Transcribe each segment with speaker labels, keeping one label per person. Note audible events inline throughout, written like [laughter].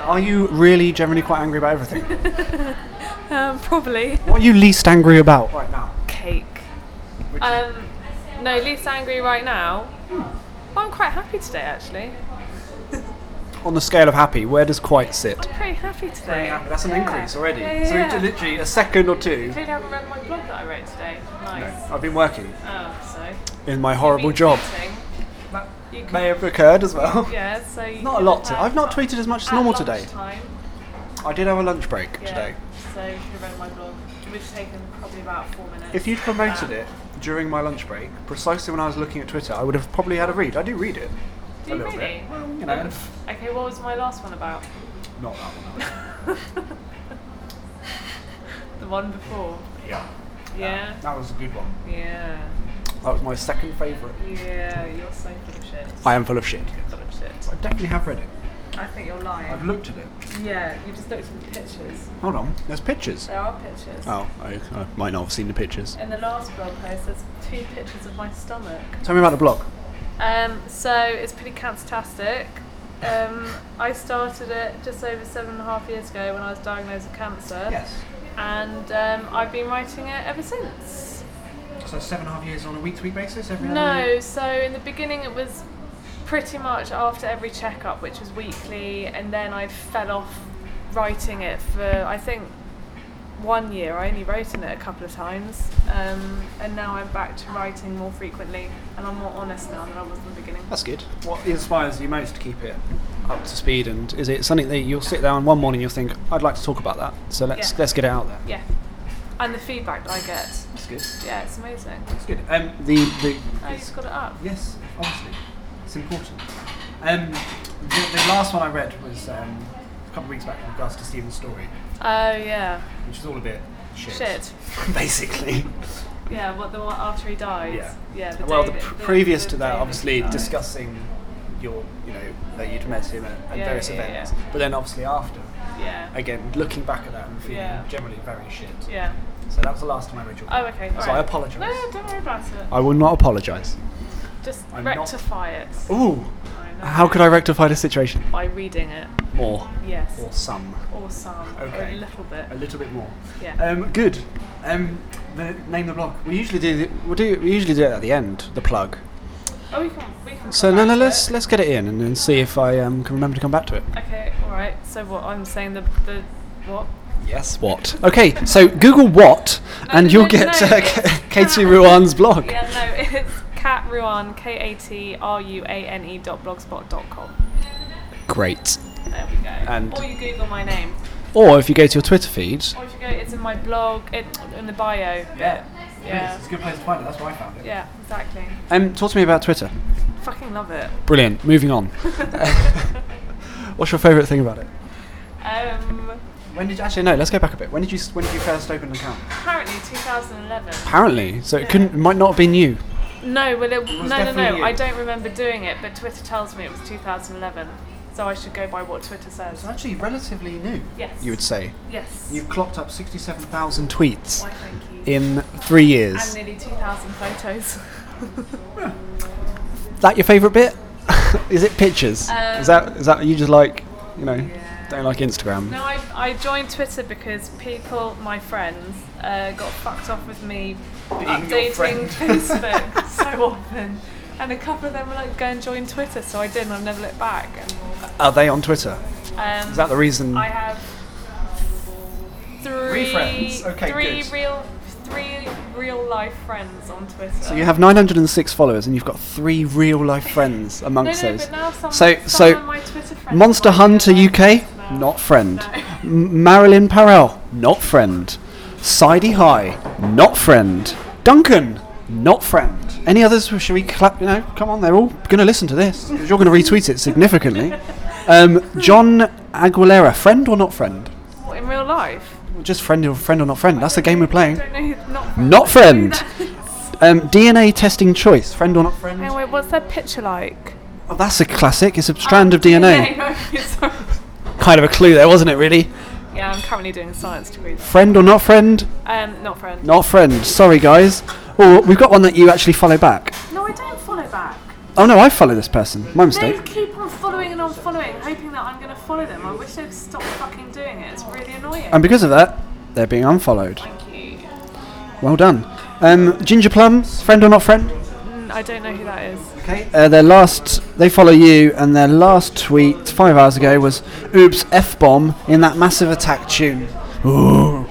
Speaker 1: Are you really generally quite angry about everything?
Speaker 2: [laughs] Um, probably
Speaker 1: what are you least angry about right now?
Speaker 2: cake. Um, no, least angry right now. I'm quite happy today, actually.
Speaker 1: On the scale of happy, where does quite sit?
Speaker 2: I'm pretty happy today.
Speaker 1: That's an increase already.
Speaker 2: Yeah,
Speaker 1: so
Speaker 2: yeah,
Speaker 1: ju-
Speaker 2: yeah.
Speaker 1: literally a second or two.
Speaker 2: Clearly, I haven't read my blog that I wrote today. Nice.
Speaker 1: I've been working
Speaker 2: Oh, so.
Speaker 1: in my horrible
Speaker 2: Been
Speaker 1: job.
Speaker 2: tweeting. You
Speaker 1: May have occurred as well. [laughs]
Speaker 2: Yeah, so. you
Speaker 1: Not a
Speaker 2: could
Speaker 1: lot.
Speaker 2: have
Speaker 1: To, I've not
Speaker 2: had-
Speaker 1: tweeted as much as
Speaker 2: at
Speaker 1: normal today.
Speaker 2: lunchtime,
Speaker 1: I did have a lunch break
Speaker 2: yeah,
Speaker 1: today.
Speaker 2: So you could have read my blog, which would have taken probably about four minutes.
Speaker 1: If you'd promoted
Speaker 2: Um,
Speaker 1: it during my lunch break, precisely when I was looking at Twitter, I would have probably had a read. I do read it.
Speaker 2: Do
Speaker 1: a
Speaker 2: you
Speaker 1: little
Speaker 2: really?
Speaker 1: bit. Well, you know,
Speaker 2: Okay, what was my last one about?
Speaker 1: [laughs] not that one.
Speaker 2: The one before.
Speaker 1: Yeah.
Speaker 2: Yeah.
Speaker 1: That was a good one.
Speaker 2: Yeah.
Speaker 1: That was my second favourite.
Speaker 2: Yeah, you're so full of shit.
Speaker 1: I am full of shit.
Speaker 2: Full of
Speaker 1: I
Speaker 2: shit.
Speaker 1: definitely have read it.
Speaker 2: I think you're
Speaker 1: I've
Speaker 2: lying.
Speaker 1: looked at it.
Speaker 2: Yeah, you just looked at the pictures.
Speaker 1: Hold on. There's pictures.
Speaker 2: There are pictures.
Speaker 1: Oh, I, I might not have seen the pictures.
Speaker 2: In the last blog post, there's two pictures of my stomach.
Speaker 1: Tell me about the blog.
Speaker 2: Um, so it's pretty cancer-tastic. Um, I started it just over seven and a half years ago when I was diagnosed with cancer. And um, I've been writing it ever since.
Speaker 1: So seven and a half years on a week to week basis? Every
Speaker 2: No, so in the beginning it was pretty much after every checkup, which was weekly, and then I fell off writing it for I think one year. I only wrote in it a couple of times, um, and now I'm back to writing more frequently, and I'm more honest now than I was in the beginning.
Speaker 1: That's good. What inspires you most to keep it up to speed? And is it something that you'll sit down one morning and you'll think, I'd like to talk about that. So let's
Speaker 2: Yeah.
Speaker 1: let's get it out there.
Speaker 2: Yeah, and the feedback that I get,
Speaker 1: That's good.
Speaker 2: yeah, it's amazing.
Speaker 1: That's good. Um, the the
Speaker 2: I just got it up.
Speaker 1: yes, obviously, it's important. Um, the, the last one I read was um, a couple of weeks back in regards to Stephen's story,
Speaker 2: Oh yeah,
Speaker 1: which is all a bit shit,
Speaker 2: shit.
Speaker 1: [laughs] basically.
Speaker 2: Yeah, what the one after he dies.
Speaker 1: Yeah.
Speaker 2: yeah the
Speaker 1: well,
Speaker 2: day
Speaker 1: the
Speaker 2: that-
Speaker 1: pr- previous
Speaker 2: the
Speaker 1: to
Speaker 2: day
Speaker 1: that, obviously
Speaker 2: he died.
Speaker 1: discussing your, you know, that you'd met him at, at
Speaker 2: Yeah,
Speaker 1: various
Speaker 2: yeah,
Speaker 1: events,
Speaker 2: yeah.
Speaker 1: but then obviously after,
Speaker 2: Yeah.
Speaker 1: again looking back at that and feeling
Speaker 2: Yeah.
Speaker 1: generally very shit.
Speaker 2: Yeah.
Speaker 1: So that was the last time I read your.
Speaker 2: Oh, okay.
Speaker 1: So
Speaker 2: alright.
Speaker 1: I apologise.
Speaker 2: No, no, don't worry about it.
Speaker 1: I will not apologise.
Speaker 2: Just
Speaker 1: I'm not-
Speaker 2: rectify it.
Speaker 1: Ooh,
Speaker 2: I know.
Speaker 1: how could I rectify the situation?
Speaker 2: By reading it.
Speaker 1: More
Speaker 2: Yes.
Speaker 1: or some.
Speaker 2: Or some. or
Speaker 1: Okay.
Speaker 2: a little bit.
Speaker 1: a little bit more.
Speaker 2: Yeah.
Speaker 1: Um, good. Um, the name the blog. We usually do. The, we do. We usually do it at the end. The plug.
Speaker 2: oh, we can. We can. come
Speaker 1: So no,
Speaker 2: back
Speaker 1: no.
Speaker 2: to
Speaker 1: Let's
Speaker 2: it.
Speaker 1: let's get it in and then see if I um, can remember to come back to it.
Speaker 2: Okay. All right. So what I'm saying the the what?
Speaker 1: Yes. What? Okay. So Google what, and
Speaker 2: no,
Speaker 1: you'll
Speaker 2: no,
Speaker 1: get
Speaker 2: no,
Speaker 1: uh,
Speaker 2: it's-
Speaker 1: Katie Ruan's blog.
Speaker 2: Yeah. No. [laughs] It's Kat Ruan. K A T R U A N E dot blogspot dot com.
Speaker 1: Great.
Speaker 2: There we go.
Speaker 1: And-
Speaker 2: or you Google my name.
Speaker 1: Or if you go to your Twitter feed.
Speaker 2: Or if you go, it's in my blog. It in the bio.
Speaker 1: Yeah.
Speaker 2: Yeah.
Speaker 1: a good place to find it. That's where I found it.
Speaker 2: Yeah. Exactly.
Speaker 1: Um, talk to me about Twitter.
Speaker 2: Fucking love it.
Speaker 1: Brilliant. Moving [laughs] on. What's your favourite thing about it?
Speaker 2: Um.
Speaker 1: When did you, actually no? Let's go back a bit. When did you when did you first open an account?
Speaker 2: Apparently 2011.
Speaker 1: Apparently, so it
Speaker 2: Yeah.
Speaker 1: couldn't. It might not have been you.
Speaker 2: No, well, it,
Speaker 1: was
Speaker 2: no, no,
Speaker 1: definitely
Speaker 2: no.
Speaker 1: you.
Speaker 2: I don't remember doing it, but Twitter tells me it was 2011, so I should go by what Twitter says.
Speaker 1: actually relatively new.
Speaker 2: Yes.
Speaker 1: You would say
Speaker 2: Yes.
Speaker 1: you've clocked up sixty-seven thousand tweets
Speaker 2: Why, thank you.
Speaker 1: in three
Speaker 2: And
Speaker 1: years.
Speaker 2: nearly 2,000 photos. [laughs]
Speaker 1: that your favourite bit? [laughs] is it pictures?
Speaker 2: Um,
Speaker 1: is that is that you just like you know
Speaker 2: Yeah.
Speaker 1: don't like Instagram?
Speaker 2: no, I, I joined Twitter because people, my friends, uh, got fucked off with me updating [laughs] Facebook so often. And a couple of them were like, go and join Twitter, so I did, and I've never looked back.
Speaker 1: Are they on Twitter?
Speaker 2: And, um,
Speaker 1: Is that the reason?
Speaker 2: I have three,
Speaker 1: friends. Okay,
Speaker 2: three
Speaker 1: good.
Speaker 2: real, three real life friends on Twitter.
Speaker 1: so you have 906 followers and you've got three real life friends
Speaker 2: [laughs] no, no,
Speaker 1: amongst
Speaker 2: but
Speaker 1: those.
Speaker 2: now some,
Speaker 1: so
Speaker 2: some
Speaker 1: so
Speaker 2: of my Twitter friends
Speaker 1: Monster
Speaker 2: are
Speaker 1: Hunter
Speaker 2: real
Speaker 1: UK,
Speaker 2: life friends now.
Speaker 1: not friend.
Speaker 2: No.
Speaker 1: M- Marilyn Parrell, not friend. Sidey High, not friend. Duncan, not friend. Any others? Should we clap? You know, come on, they're all going to listen to this 'cause you're going to retweet it significantly. Um, John Aguilera, friend or not friend?
Speaker 2: What, in real life?
Speaker 1: Just friend or friend or not friend. That's the game we're
Speaker 2: I
Speaker 1: playing.
Speaker 2: don't know. who- Not friend.
Speaker 1: Not friend. Um, DNA testing choice, friend or not friend?
Speaker 2: [laughs] Anyway, what's their picture like?
Speaker 1: Oh, that's a classic. It's a strand of
Speaker 2: [laughs]
Speaker 1: DNA.
Speaker 2: okay, sorry.
Speaker 1: Kind of a clue there, wasn't it? Really,
Speaker 2: [laughs] Yeah, I'm currently doing a science degree.
Speaker 1: friend or not friend?
Speaker 2: Um, not friend.
Speaker 1: Not friend. Sorry, guys. Oh, we've got one that you actually follow back.
Speaker 2: No, I don't follow back.
Speaker 1: Oh no, I follow this person. My
Speaker 2: They
Speaker 1: mistake.
Speaker 2: keep on following and on following, hoping that I'm going to follow them. I wish they'd stop fucking doing it. It's really annoying.
Speaker 1: And because of that, they're being unfollowed.
Speaker 2: Thank you.
Speaker 1: Well done. Um, Ginger Plums, friend or not friend?
Speaker 2: Mm, I don't know who that is.
Speaker 1: Okay. Uh, their last, they follow you, and their last tweet five hours ago was "Oops, f bomb" in that massive attack tune. Ooh.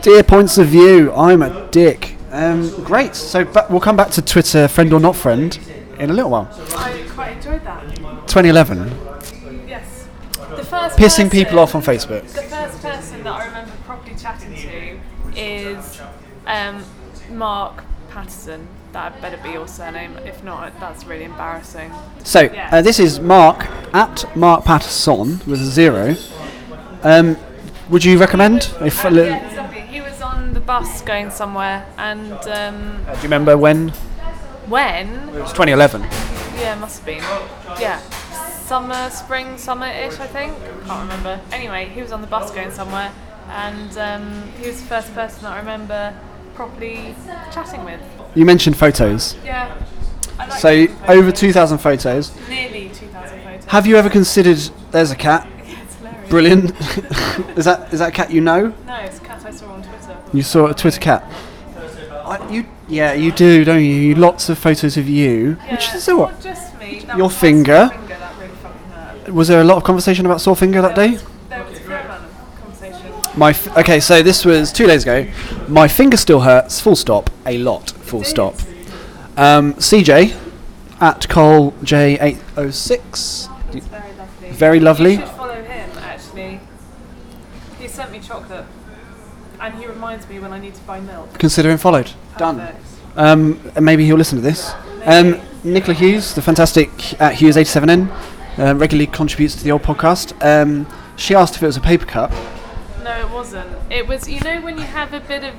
Speaker 1: Dear points of view, I'm a dick. Um, great. So ba- we'll come back to Twitter, friend or not friend, in a little while.
Speaker 2: I quite enjoyed that.
Speaker 1: 2011,
Speaker 2: Yes. The first
Speaker 1: pissing people
Speaker 2: person-
Speaker 1: off on Facebook.
Speaker 2: The first person that I remember properly chatting to is um, Mark Patterson. That had better be your surname. If not, that's really embarrassing.
Speaker 1: So
Speaker 2: Yeah.
Speaker 1: uh, this is Mark at Mark Patterson with a zero. Um, would you recommend? If a
Speaker 2: Um,
Speaker 1: li-
Speaker 2: yeah, he's lovely. He was on the bus going somewhere, and um,
Speaker 1: Do you remember when? It
Speaker 2: when?
Speaker 1: was 2011.
Speaker 2: Yeah, must have been. Yeah, summer, spring, summer-ish, I think. Can't remember. Anyway, he was on the bus going somewhere, and um, he was the first person that I remember properly chatting with.
Speaker 1: You mentioned photos.
Speaker 2: Yeah. I like
Speaker 1: So
Speaker 2: taking
Speaker 1: over
Speaker 2: photos.
Speaker 1: 2,000 photos.
Speaker 2: Nearly 2,000 photos.
Speaker 1: Have you ever considered? There's a cat.
Speaker 2: [laughs] It's hilarious.
Speaker 1: Brilliant. [laughs] is that is that a cat you know?
Speaker 2: No, it's a cat I saw on Twitter.
Speaker 1: You saw a Twitter cat. I, you yeah you do don't you? you? Lots of photos of you. Which
Speaker 2: Yeah,
Speaker 1: is so
Speaker 2: not
Speaker 1: what?
Speaker 2: just me. that
Speaker 1: Your
Speaker 2: was my
Speaker 1: finger.
Speaker 2: finger, that really fucking hurt.
Speaker 1: Was there a lot of conversation about sore finger that
Speaker 2: There
Speaker 1: day?
Speaker 2: was- There was a fair amount of conversation.
Speaker 1: My f- okay, so this was two days ago. My finger still hurts. Full stop. A lot. Full stop. Um, CJ at Cole J eight oh six.
Speaker 2: It's very
Speaker 1: Very
Speaker 2: lovely.
Speaker 1: lovely.
Speaker 2: You should follow him, actually. He sent me chocolate. And he reminds me when I need to buy milk.
Speaker 1: Consider him followed. Done.
Speaker 2: Perfect.
Speaker 1: Um, and maybe he'll listen to this. Um, Nicola Hughes, the fantastic at Hughes eighty seven N, uh, regularly contributes to the old podcast. Um, she asked if it was a paper cup.
Speaker 2: No, it wasn't. It was, you know, when you have a bit of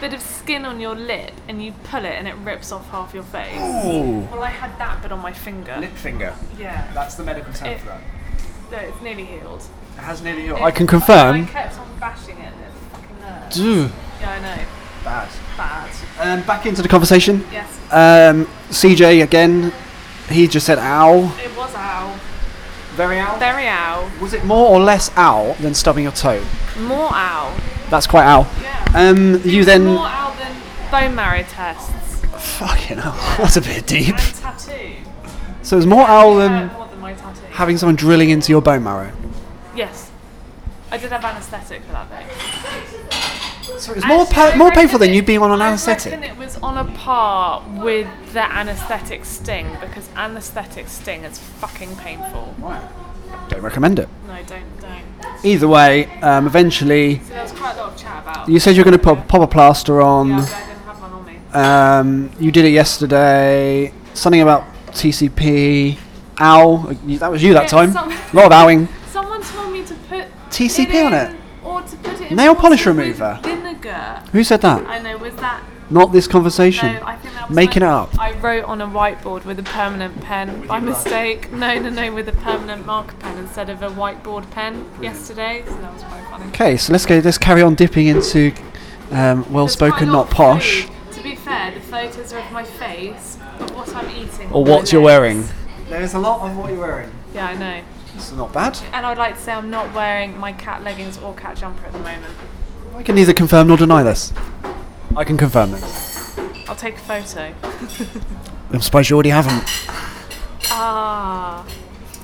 Speaker 2: bit of skin on your lip and you pull it and it rips off half your face.
Speaker 1: Ooh.
Speaker 2: Well, I had that bit on my finger.
Speaker 1: finger.
Speaker 2: Yeah.
Speaker 1: That's the medical term
Speaker 2: It- for that. No, it's nearly healed.
Speaker 1: It has nearly.
Speaker 2: It-
Speaker 1: I can
Speaker 2: I
Speaker 1: confirm.
Speaker 2: kept on bashing it and it fucking hurt.
Speaker 1: Ugh,
Speaker 2: Yeah, I know.
Speaker 1: Bad.
Speaker 2: Bad.
Speaker 1: Um, back into the conversation.
Speaker 2: Yes,
Speaker 1: Um, CJ again. He just said "ow."
Speaker 2: it was ow.
Speaker 1: Very ow.
Speaker 2: Very ow.
Speaker 1: Was it more or less ow than stubbing your toe?
Speaker 2: More ow.
Speaker 1: That's quite ow.
Speaker 2: Yeah.
Speaker 1: Um, you then
Speaker 2: More ow than bone marrow tests
Speaker 1: fucking hell. [laughs] That's a bit deep.
Speaker 2: and tattoo.
Speaker 1: So it was more ow than
Speaker 2: Hurt more than my tattoo.
Speaker 1: having someone drilling into your bone marrow.
Speaker 2: yes. I did have anaesthetic for that day.
Speaker 1: So it was more pa-
Speaker 2: Actually, I
Speaker 1: more painful
Speaker 2: reckon
Speaker 1: than
Speaker 2: it-
Speaker 1: you being on an
Speaker 2: I
Speaker 1: anaesthetic.
Speaker 2: reckon it was on a par with the anaesthetic sting because anaesthetic sting is fucking painful.
Speaker 1: Don't recommend it.
Speaker 2: No, don't, don't.
Speaker 1: Either way, um, eventually
Speaker 2: So there was quite a lot of chat about.
Speaker 1: you said you were going to pop, pop a plaster
Speaker 2: Yeah,
Speaker 1: on.
Speaker 2: but I didn't have one on me.
Speaker 1: Um, you did it yesterday. Something about TCP. Ow. You- That was you that
Speaker 2: Yeah,
Speaker 1: time.
Speaker 2: some-
Speaker 1: A lot of owing.
Speaker 2: Someone told me to put
Speaker 1: TCP
Speaker 2: it
Speaker 1: on
Speaker 2: in
Speaker 1: it.
Speaker 2: or to put it in
Speaker 1: Nail polish
Speaker 2: water with
Speaker 1: remover.
Speaker 2: Vinegar.
Speaker 1: Who said that?
Speaker 2: I know. Was that?
Speaker 1: Not this
Speaker 2: No,
Speaker 1: conversation.
Speaker 2: I think that was
Speaker 1: Making it
Speaker 2: when
Speaker 1: up.
Speaker 2: I wrote on a whiteboard with a permanent pen by mistake. No, no, no, with a permanent marker pen instead of a whiteboard pen yesterday. So that was quite funny.
Speaker 1: Okay, so let's go. Let's carry on dipping into um, well
Speaker 2: There's quite
Speaker 1: spoken,
Speaker 2: a lot
Speaker 1: not
Speaker 2: of
Speaker 1: posh.
Speaker 2: food. To be fair, the photos are of my face, but what I'm eating.
Speaker 1: Or
Speaker 2: with my
Speaker 1: what you're
Speaker 2: legs.
Speaker 1: wearing. There's a lot of what you're wearing.
Speaker 2: Yeah, I know.
Speaker 1: It's not bad.
Speaker 2: And I'd like to say I'm not wearing my cat leggings or cat jumper at the moment.
Speaker 1: I can neither confirm nor deny this. I can confirm this.
Speaker 2: I'll take a photo.
Speaker 1: I'm surprised you already haven't.
Speaker 2: Ah.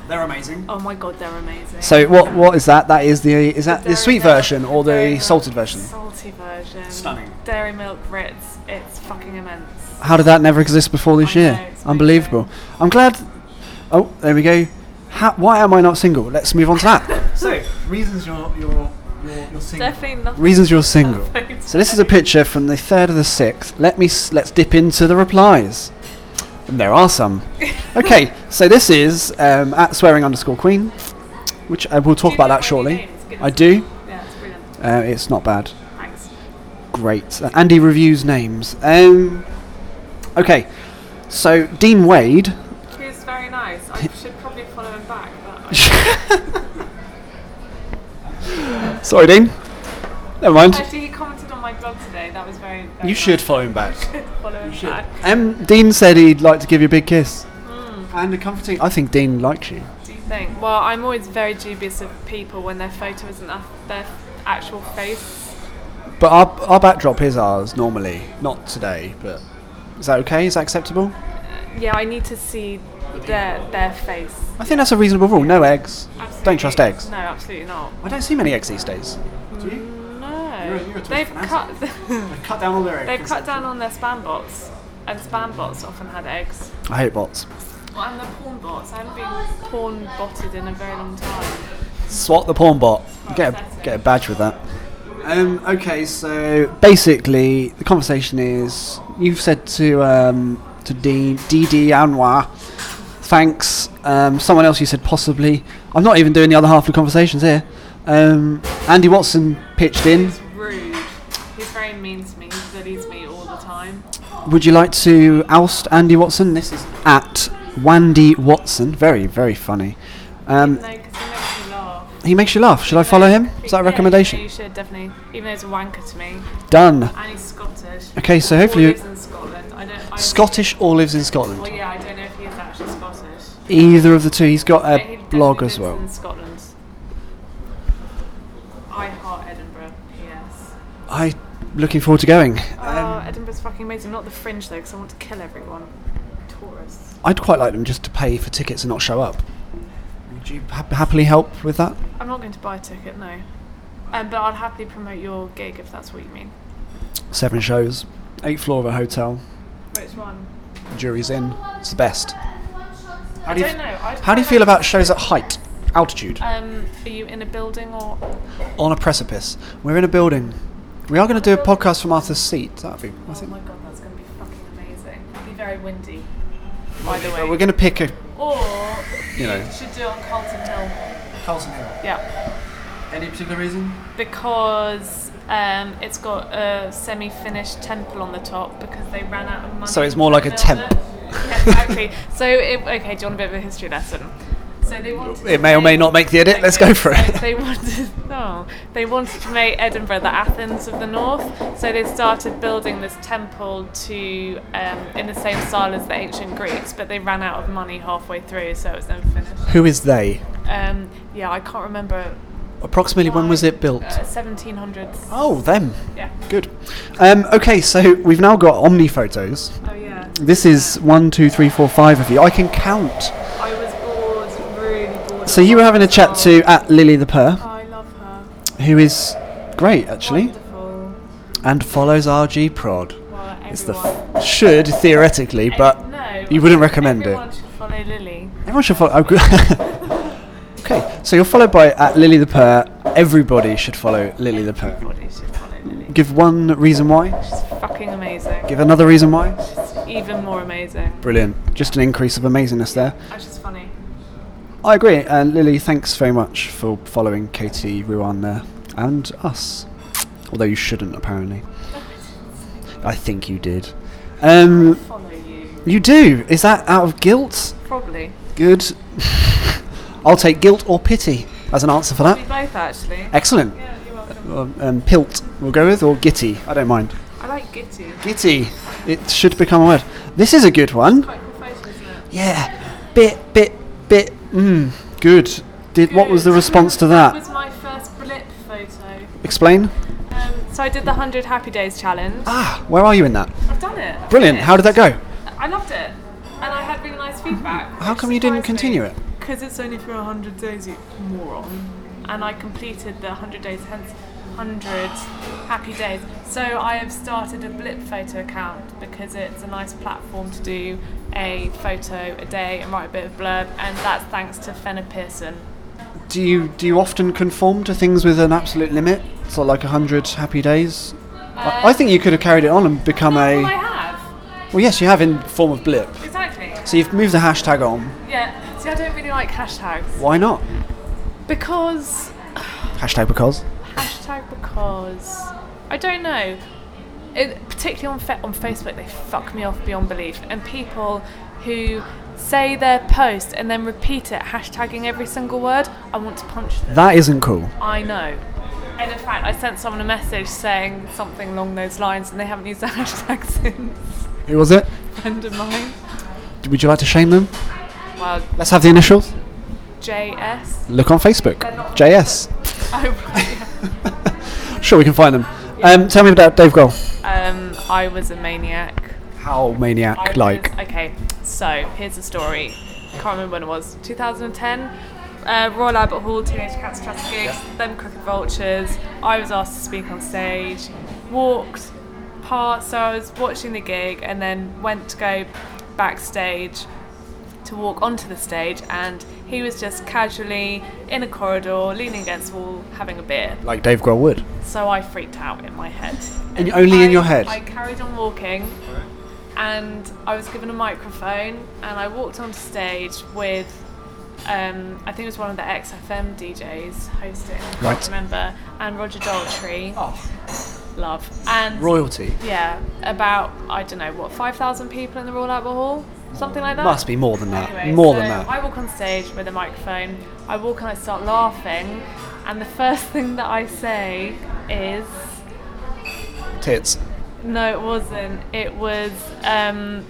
Speaker 1: They're amazing.
Speaker 2: Oh my god, they're amazing.
Speaker 1: So what? What is that? That is the is that the
Speaker 2: Dairy
Speaker 1: sweet
Speaker 2: milk-
Speaker 1: version or
Speaker 2: dairy
Speaker 1: the
Speaker 2: milk-
Speaker 1: salted version?
Speaker 2: Salty version.
Speaker 1: Stunning.
Speaker 2: Dairy milk Ritz. It's fucking immense.
Speaker 1: How did that never exist before this
Speaker 2: I know,
Speaker 1: year?
Speaker 2: it's
Speaker 1: Unbelievable. I'm glad. Oh, there we go. How, why am I not single? Let's move on to that. [laughs] so, reasons you're, you're, you're, you're single.
Speaker 2: Definitely nothing.
Speaker 1: Reasons you're single. [laughs] So this is a picture from the third of the sixth. Let me s- let's dip into the replies. And there are [laughs] some. okay, so this is um, at swearing underscore queen, which uh, we'll talk
Speaker 2: you
Speaker 1: about
Speaker 2: know
Speaker 1: that
Speaker 2: any
Speaker 1: shortly.
Speaker 2: names? Goodness.
Speaker 1: I do.
Speaker 2: Yeah, it's brilliant.
Speaker 1: Uh, it's not bad.
Speaker 2: Thanks.
Speaker 1: Great. Uh, Andy reviews names. Um, okay, so Dean Wade. [laughs]
Speaker 2: He was very nice. I should probably follow him back, but
Speaker 1: Sorry, Dean. Never mind.
Speaker 2: actually he commented on my blog today. That was very. very
Speaker 1: You
Speaker 2: nice.
Speaker 1: should follow him back.
Speaker 2: [laughs] follow him back. Hmm.
Speaker 1: Um, Dean said he'd like to give you a big kiss. And a comforting. I think Dean likes you.
Speaker 2: Do you thing. Well, I'm always very dubious of people when their photo isn't af- their actual face.
Speaker 1: But our, our backdrop is ours normally, not today. But is that okay? Is that acceptable?
Speaker 2: Yeah, I need to see their their face.
Speaker 1: I think that's a reasonable rule. No eggs.
Speaker 2: Absolutely.
Speaker 1: Don't trust eggs.
Speaker 2: No, absolutely Hmm. not.
Speaker 1: I don't see many eggs these days. Do you?
Speaker 2: No.
Speaker 1: You're a- you're a total
Speaker 2: They've cut.
Speaker 1: fanatic. Cut down all their
Speaker 2: [laughs] They've cut down on their spam bots, and spam bots often had eggs.
Speaker 1: I hate bots.
Speaker 2: Well, and the porn bots. I haven't been porn botted in a very long time.
Speaker 1: Swat the pawn bot. Get a, get a badge with that. Um, okay, so basically the conversation is you've said to um, to D DD Anwar, thanks. Um, someone else you said possibly. I'm not even doing the other half of the conversations here. Um, Andy Watson pitched in.
Speaker 2: He's rude. He's very mean to me. He bullies me all the time.
Speaker 1: Would you like to oust Andy Watson? This is at Wandy Watson. Very very funny. Um,
Speaker 2: No, because he makes me laugh.
Speaker 1: he makes you laugh. Should I follow him? Is that a
Speaker 2: Yeah,
Speaker 1: recommendation?
Speaker 2: You should definitely, even though it's a wanker to me,
Speaker 1: Done.
Speaker 2: and he's Scottish.
Speaker 1: Okay, so hopefully
Speaker 2: Or
Speaker 1: you-
Speaker 2: lives in Scotland. I don't. I
Speaker 1: Scottish or lives in Scotland.
Speaker 2: Well, yeah, I don't know if he is actually Scottish.
Speaker 1: Either of the two. He's got
Speaker 2: But he
Speaker 1: a blog
Speaker 2: definitely
Speaker 1: as
Speaker 2: lives
Speaker 1: well.
Speaker 2: In Scotland. I heart Edinburgh. Yes.
Speaker 1: I looking forward to going. Um,
Speaker 2: oh, Edinburgh's fucking amazing. Not the fringe though, because I want to kill everyone. Tourists.
Speaker 1: I'd quite like them just to pay for tickets and not show up. Would you hap happily help with that?
Speaker 2: I'm not going to buy a ticket, no. Um, but I'll happily promote your gig if that's what you mean.
Speaker 1: Seven shows, eighth floor of a hotel,
Speaker 2: Which one?
Speaker 1: jury's in. It's the best. How do you,
Speaker 2: I don't know. I'd
Speaker 1: how do you
Speaker 2: quite
Speaker 1: feel
Speaker 2: like-
Speaker 1: about shows at height, altitude,
Speaker 2: Um, are you in a building or?
Speaker 1: on a precipice? We're in a building. We are going to do a podcast from Arthur's seat. That'd be. I
Speaker 2: Oh
Speaker 1: think.
Speaker 2: my god, that's going to be fucking amazing. It'll be very windy. By the way.
Speaker 1: But we're going to pick a.
Speaker 2: or
Speaker 1: You know.
Speaker 2: should do it on Carlton Hill.
Speaker 1: Carlton Hill.
Speaker 2: Yeah.
Speaker 1: Any particular reason?
Speaker 2: because um, it's got a semi-finished temple on the top because they ran out of money.
Speaker 1: So it's more
Speaker 2: to
Speaker 1: like a
Speaker 2: build
Speaker 1: temp.
Speaker 2: it. Yeah,
Speaker 1: [laughs]
Speaker 2: exactly. so it, okay, do you want a bit of a history lesson? So they wanted.
Speaker 1: It
Speaker 2: to
Speaker 1: may or may not make the edit. Let's go for
Speaker 2: so
Speaker 1: it.
Speaker 2: They wanted, oh, they wanted to make Edinburgh the Athens of the North, so they started building this temple to um, in the same style as the ancient Greeks, but they ran out of money halfway through, so it was never finished.
Speaker 1: Who is they?
Speaker 2: Um, yeah, I can't remember.
Speaker 1: Approximately when was it built?
Speaker 2: Uh, 1700s.
Speaker 1: Oh, them.
Speaker 2: Yeah.
Speaker 1: Good. Um, okay, so we've now got Omni photos.
Speaker 2: Oh yeah.
Speaker 1: This is one, two, three, four, five of you. I can count.
Speaker 2: I was bored, really bored.
Speaker 1: So you were having a chat to at Lily the Purr,
Speaker 2: I love her.
Speaker 1: who is great actually,
Speaker 2: Wonderful.
Speaker 1: and follows RG Prod.
Speaker 2: Well,
Speaker 1: It's the
Speaker 2: everyone-
Speaker 1: f- should theoretically, but
Speaker 2: no,
Speaker 1: you wouldn't recommend it.
Speaker 2: Everyone should follow Lily.
Speaker 1: Everyone should follow. Oh, good. [laughs] okay, so you're followed by at Lily the Purr. Everybody should follow Lily the Purr.
Speaker 2: Everybody should follow Lily.
Speaker 1: Give one reason why.
Speaker 2: She's fucking amazing.
Speaker 1: Give another reason why.
Speaker 2: She's even more amazing.
Speaker 1: Brilliant. Just an increase of amazingness there.
Speaker 2: Oh,
Speaker 1: [laughs]
Speaker 2: she's funny.
Speaker 1: I agree. And Lily, thanks very much for following Katie Ruan there and us. Although you shouldn't, apparently. I think you did. Um,
Speaker 2: Follow you.
Speaker 1: you do. Is that out of guilt?
Speaker 2: Probably.
Speaker 1: Good. [laughs] I'll take guilt or pity as an answer for
Speaker 2: We
Speaker 1: that.
Speaker 2: both actually.
Speaker 1: Excellent.
Speaker 2: Yeah, you're welcome.
Speaker 1: Um, um, pilt, we'll go with, or gitty. I don't mind.
Speaker 2: I like Gitty.
Speaker 1: Gitty. It should become a word. This is a good one.
Speaker 2: Quite cool photo, isn't it?
Speaker 1: Yeah. Bit, bit, bit. Mmm. Good. Did what was the
Speaker 2: Good.
Speaker 1: response to
Speaker 2: That
Speaker 1: that?
Speaker 2: was my first blip photo.
Speaker 1: Explain.
Speaker 2: Um, so I did the 100 Happy Days challenge.
Speaker 1: Ah, where are you in that?
Speaker 2: I've done it. I've
Speaker 1: Brilliant.
Speaker 2: done it.
Speaker 1: How did that go?
Speaker 2: I loved it, and I had really nice feedback.
Speaker 1: How come you didn't continue it?
Speaker 2: Because it's only for hundred days, you moron. And I completed the hundred days, hence hundred happy days. So I have started a blip photo account because it's a nice platform to do a photo a day and write a bit of blurb, and that's thanks to Fenner Pearson.
Speaker 1: Do you do you often conform to things with an absolute limit, so like hundred happy days? I, I think you could have carried it on and become
Speaker 2: Well, I
Speaker 1: a.
Speaker 2: have
Speaker 1: Well, yes, you have in form of blip.
Speaker 2: exactly.
Speaker 1: So you've moved the hashtag on.
Speaker 2: Yeah. See, I don't really like hashtags
Speaker 1: Why not?
Speaker 2: because
Speaker 1: Hashtag because.
Speaker 2: Hashtag because I don't know. It, particularly on fa- on Facebook, they fuck me off beyond belief. And people who say their post and then repeat it, hashtagging every single word, I want to punch them.
Speaker 1: That isn't cool.
Speaker 2: I know. And in fact, I sent someone a message saying something along those lines, and they haven't used the [laughs] hashtag since. [laughs]
Speaker 1: Who was it?
Speaker 2: Friend of mine.
Speaker 1: Would you like to shame them?
Speaker 2: Well,
Speaker 1: Let's have the initials.
Speaker 2: JS.
Speaker 1: Look on Facebook,
Speaker 2: They're not-
Speaker 1: JS.
Speaker 2: Oh, right.
Speaker 1: Sure, we can find them. Um, tell me about Dave Grohl.
Speaker 2: [laughs] um, I was a maniac.
Speaker 1: How
Speaker 2: I
Speaker 1: maniac like?
Speaker 2: was- okay, so here's the story. Can't remember when it was. 2010. Uh, Royal Albert Hall, Teenage Cats Trust gigs, them Crooked Vultures. I was asked to speak on stage. Walked past, so I was watching the gig and then went to go backstage to walk onto the stage and he was just casually in a corridor, leaning against the wall, having a beer.
Speaker 1: Like Dave Grohl would.
Speaker 2: So I freaked out in my head.
Speaker 1: And only in
Speaker 2: I-
Speaker 1: your head?
Speaker 2: I carried on walking, and I was given a microphone, and I walked onto stage with, um, I think it was one of the XFM DJs hosting. I can't
Speaker 1: Right.
Speaker 2: Remember? And Roger Daltrey. Love. And
Speaker 1: Royalty.
Speaker 2: Yeah, about I don't know what five thousand people in the Royal Albert Hall, something like that.
Speaker 1: Must be more than that.
Speaker 2: Anyway,
Speaker 1: more
Speaker 2: so
Speaker 1: than that.
Speaker 2: I walk on stage with a microphone. I walk and I start laughing, and the [laughs] first thing that I say is,
Speaker 1: Tits.
Speaker 2: no, it wasn't. It was, um,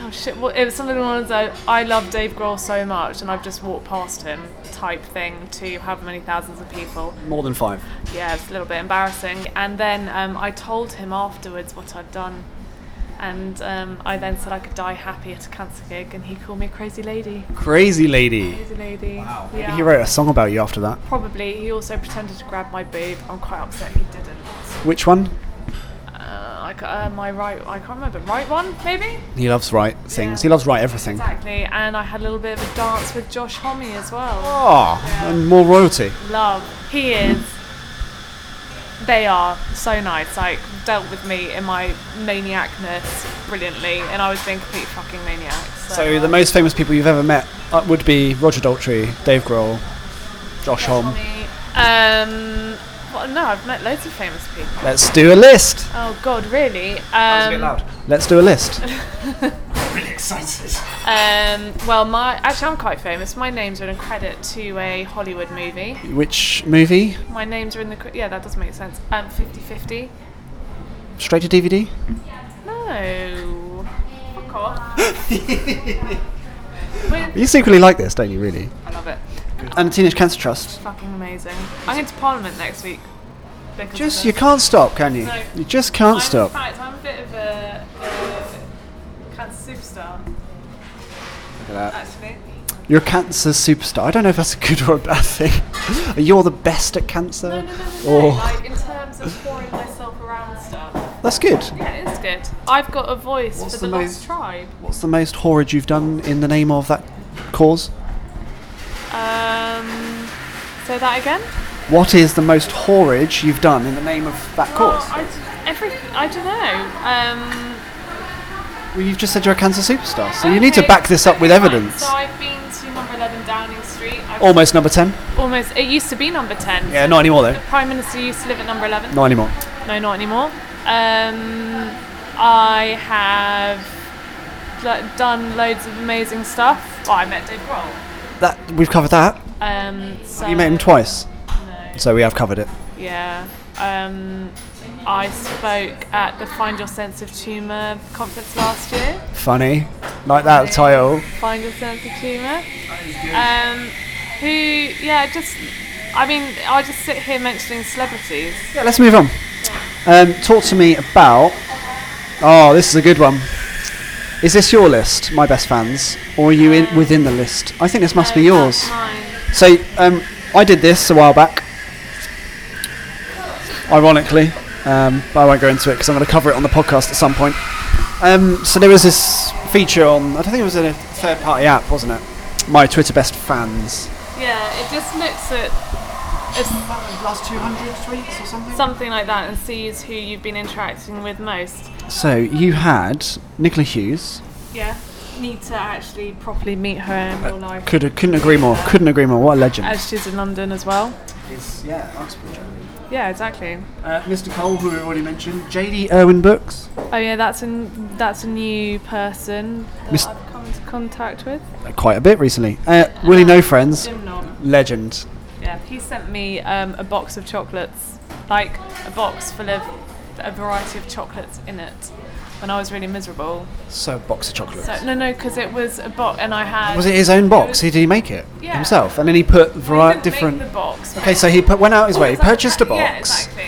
Speaker 2: oh shit, well, it was something along the lines of, I love Dave Grohl so much, and I've just walked past him type thing to how many thousands of people.
Speaker 1: More than five.
Speaker 2: Yeah, it's a little bit embarrassing. And then um, I told him afterwards what I'd done. And um, I then said I could die happy at a cancer gig, and he called me a crazy lady.
Speaker 1: Crazy lady.
Speaker 2: Crazy lady. Wow. Yeah.
Speaker 1: He wrote a song about you after that.
Speaker 2: Probably. He also pretended to grab my boob. I'm quite upset he didn't.
Speaker 1: Which one?
Speaker 2: Uh, I, ca- uh, my right, I can't remember. Right one, maybe?
Speaker 1: He loves right things.
Speaker 2: Yeah.
Speaker 1: He loves right everything.
Speaker 2: Exactly. And I had a little bit of a dance with Josh Homme as well.
Speaker 1: Ah, and more royalty.
Speaker 2: Love. He is. They are so nice. Like dealt with me in my maniacness brilliantly, and I was being complete fucking maniac. So,
Speaker 1: So
Speaker 2: uh,
Speaker 1: the most famous people you've ever met uh, would be Roger Daltrey, Dave Grohl, Josh Homme.
Speaker 2: Homme, Um. Well, no, I've met loads of famous people.
Speaker 1: Let's do a list.
Speaker 2: Oh God, really? Um,
Speaker 1: Let's do a
Speaker 2: [laughs]
Speaker 1: list. really excited.
Speaker 2: Um, well, my actually, I'm quite famous. My names are in a credit to a Hollywood movie.
Speaker 1: Which movie?
Speaker 2: My names are in the cre- yeah, that doesn't make sense. Um, 50-50.
Speaker 1: Straight to DVD?
Speaker 2: No, fuck off. With-
Speaker 1: You secretly like this, don't you, really?
Speaker 2: I love it.
Speaker 1: And the Teenage Cancer Trust.
Speaker 2: Fucking amazing. I'm going to Parliament next week. because of
Speaker 1: Just,
Speaker 2: this.
Speaker 1: you can't stop, can you?
Speaker 2: No.
Speaker 1: You just can't
Speaker 2: I'm,
Speaker 1: stop.
Speaker 2: In fact, I'm a bit of a, a cancer superstar
Speaker 1: Look at that.
Speaker 2: actually.
Speaker 1: You're a cancer superstar. I don't know if that's a good or a bad thing. You're the best at cancer.
Speaker 2: No, no, no, no, no.
Speaker 1: Or-
Speaker 2: Like in terms of pouring myself around stuff.
Speaker 1: That's good.
Speaker 2: Yeah, it's good. I've got a voice
Speaker 1: What's
Speaker 2: for the,
Speaker 1: the
Speaker 2: Lost
Speaker 1: most-
Speaker 2: Tribe.
Speaker 1: What's the most horrid you've done in the name of that cause?
Speaker 2: Um, say that again.
Speaker 1: What is the most horrid you've done in the name of that
Speaker 2: Well,
Speaker 1: cause?
Speaker 2: Oh, I, d- every, I don't know. Um,
Speaker 1: Well, you've just said you're a cancer superstar, so you need to
Speaker 2: Okay,
Speaker 1: back this up with
Speaker 2: okay, fine.
Speaker 1: evidence.
Speaker 2: So I've been to number 11 Downing Street. I've
Speaker 1: Almost number 10?
Speaker 2: Almost. It used to be number 10.
Speaker 1: Yeah, not anymore
Speaker 2: The
Speaker 1: though.
Speaker 2: Prime Minister used to live at number 11.
Speaker 1: Not anymore.
Speaker 2: No, not anymore. Um, I have like, done loads of amazing stuff. Well, I met Dave Grohl.
Speaker 1: That We've covered that.
Speaker 2: Um, so
Speaker 1: You met him twice,
Speaker 2: No.
Speaker 1: so we have covered it.
Speaker 2: Yeah. Um, I spoke at the Find Your Sense of Tumour conference last year.
Speaker 1: Funny. Like that title.
Speaker 2: find a sense of humour. Um, who, yeah, just, I mean, I just sit here mentioning celebrities.
Speaker 1: Yeah, let's move on. Um, talk to me about. Oh, this is a good one. Is this your list, my best fans, or are you in, within the list? I think this must be
Speaker 2: No,
Speaker 1: yours.
Speaker 2: that's mine.
Speaker 1: So um, I did this a while back, ironically, um, but I won't go into it because I'm going to cover it on the podcast at some point. Um, so there was this feature on, I don't think it was in a third-party app, wasn't it? My Twitter best fans.
Speaker 2: Yeah, it just looks at at
Speaker 1: Last 200 tweets or something.
Speaker 2: something like that and sees who you've been interacting with most.
Speaker 1: So you had Nicola Hughes.
Speaker 2: Yeah. Need to actually properly meet her in real life.
Speaker 1: Could couldn't agree more. Couldn't agree more. What a legend.
Speaker 2: As she's in London as well.
Speaker 1: yeah,
Speaker 2: Yeah, exactly.
Speaker 1: uh, Mr. Cole, who we already mentioned. JD Irwin Books.
Speaker 2: Oh yeah, that's an that's a new person that
Speaker 1: Miss-
Speaker 2: I've come into contact with.
Speaker 1: Quite a bit recently. Uh, Willie No Friends.
Speaker 2: Jim Nob.
Speaker 1: Legend.
Speaker 2: Yeah, he sent me um, a box of chocolates, like a box full of a variety of chocolates in it. when I was really miserable.
Speaker 1: So box of chocolates.
Speaker 2: So no, no, because it was a box, and I had.
Speaker 1: was it his own box?
Speaker 2: was-
Speaker 1: He did he make it
Speaker 2: Yeah.
Speaker 1: himself, and then he put
Speaker 2: I
Speaker 1: vari-
Speaker 2: didn't make
Speaker 1: different.
Speaker 2: the box.
Speaker 1: Okay, so he put, went out his way,
Speaker 2: It's like-
Speaker 1: purchased a box.
Speaker 2: Yeah, exactly.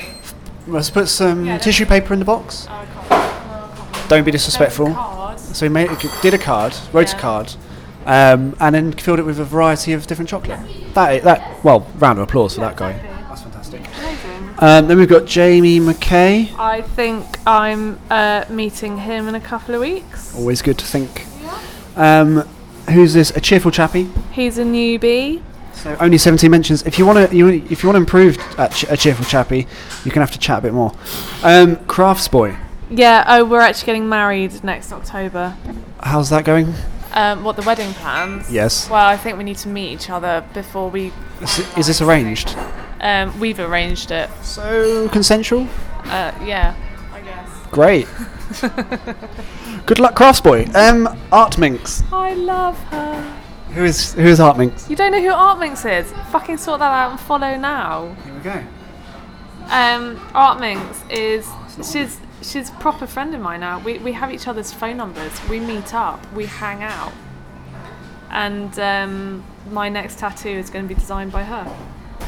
Speaker 1: Let's put some
Speaker 2: Yeah,
Speaker 1: tissue
Speaker 2: that's-
Speaker 1: paper in the box.
Speaker 2: Oh, I can't- oh, I can't remember.
Speaker 1: Don't be
Speaker 2: There was a
Speaker 1: disrespectful.
Speaker 2: card.
Speaker 1: So he made, did a card, wrote a
Speaker 2: Yeah.
Speaker 1: card, um, and then filled it with a variety of different chocolate. That, that well, round of applause for that guy. That's fantastic. Um, then we've got Jamie McKay.
Speaker 2: I think I'm uh, meeting him in a couple of weeks.
Speaker 1: Always good to think. Um, who's this? A cheerful chappie.
Speaker 2: He's a newbie.
Speaker 1: So only 17 mentions. If you want to, you, if you want to improve at ch- a cheerful chappie, you're gonna have to chat a bit more. Um, crafts boy,
Speaker 2: Yeah. Oh, we're actually getting married next October.
Speaker 1: how's that going?
Speaker 2: Um, what the wedding plans?
Speaker 1: Yes.
Speaker 2: Well, I think we need to meet each other before we.
Speaker 1: Is, is this arranged?
Speaker 2: Um, we've arranged it.
Speaker 1: So consensual.
Speaker 2: Uh, yeah. I guess.
Speaker 1: [laughs] Great. Good luck, crafts boy. Um, Art Minx.
Speaker 2: I love her.
Speaker 1: Who is who is Art Minx?
Speaker 2: You don't know who Art Minx is? Fucking sort that out and follow now.
Speaker 1: Here we go.
Speaker 2: Um, Art Minx is she's she's a proper friend of mine now. We we have each other's phone numbers. We meet up. We hang out. And um, my next tattoo is going to be designed by her.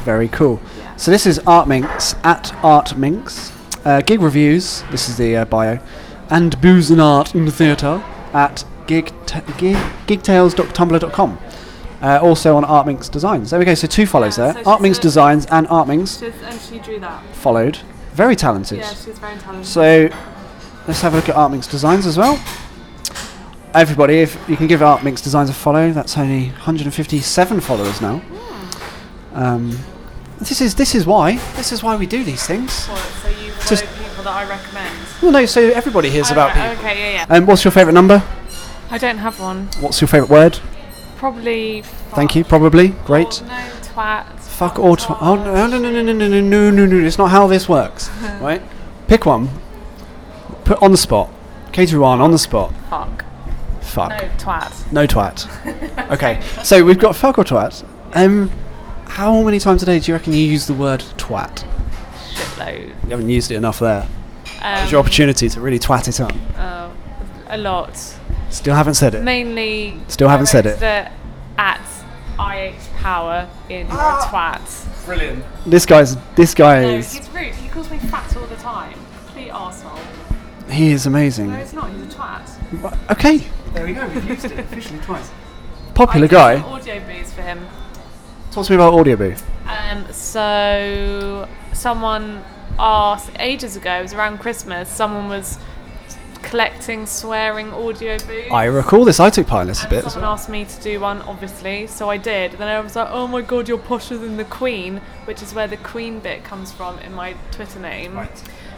Speaker 1: Very cool.
Speaker 2: Yeah.
Speaker 1: So this is Art Minx at Art Minx. Uh, gig reviews. This is the uh, bio. And booze and art in the theatre at gig t- gig gigtales.tumblr.com. Uh, also on Art Minx Designs. There we go. So two follows
Speaker 2: Yeah, so
Speaker 1: there.
Speaker 2: she's
Speaker 1: Art Minx
Speaker 2: a-
Speaker 1: Designs and Art Minx
Speaker 2: She's, and she drew that.
Speaker 1: followed. Very talented.
Speaker 2: Yeah, she's very talented.
Speaker 1: So let's have a look at Art Minx Designs as well. Everybody, if you can give Art Minx Designs a follow, that's only 157 followers now. Um, this is this is why this is why we do these things.
Speaker 2: What, so you follow
Speaker 1: Just-
Speaker 2: people that I recommend.
Speaker 1: Well, no, so everybody hears
Speaker 2: Oh,
Speaker 1: about
Speaker 2: right,
Speaker 1: people.
Speaker 2: Okay, yeah, yeah.
Speaker 1: Um, what's your favourite number?
Speaker 2: I don't have one.
Speaker 1: What's your favourite word?
Speaker 2: Probably.
Speaker 1: Thank
Speaker 2: fuck.
Speaker 1: you. Probably
Speaker 2: Or
Speaker 1: great.
Speaker 2: no twat.
Speaker 1: Fuck or tw- oh no no no no no no no no no no! It's not how this works, right? Pick one. Put on the spot. K to one on the spot.
Speaker 2: Fuck.
Speaker 1: Fuck.
Speaker 2: No twat.
Speaker 1: No twat. okay, so we've got fuck or twat. Um, how many times a day do you reckon you use the word twat?
Speaker 2: Shitload.
Speaker 1: You haven't used it enough there. It's your
Speaker 2: Um,
Speaker 1: opportunity to really twat it up.
Speaker 2: oh, a lot.
Speaker 1: Still haven't said it.
Speaker 2: mainly
Speaker 1: Still haven't said it.
Speaker 2: directed at IH Power in your twat.
Speaker 1: Brilliant. This guy's. This guy
Speaker 2: No,
Speaker 1: is.
Speaker 2: he's rude. He calls me fat all the time. Complete arsehole.
Speaker 1: He is amazing.
Speaker 2: No, it's not. He's a twat.
Speaker 1: Wha- Okay. There we go. We've used it officially twice.
Speaker 2: I
Speaker 1: Popular
Speaker 2: did some
Speaker 1: guy.
Speaker 2: Audio booze for him.
Speaker 1: Talk to me about audio booth.
Speaker 2: Um, so someone asked ages ago. It was around Christmas. Someone was collecting swearing audio booze.
Speaker 1: I recall this. I took part in this a
Speaker 2: And
Speaker 1: bit. as
Speaker 2: Someone
Speaker 1: well.
Speaker 2: asked me to do one, obviously, so I did. Then I was like, "Oh my god, you're posher than the Queen," which is where the Queen bit comes from in my Twitter name.
Speaker 1: Right.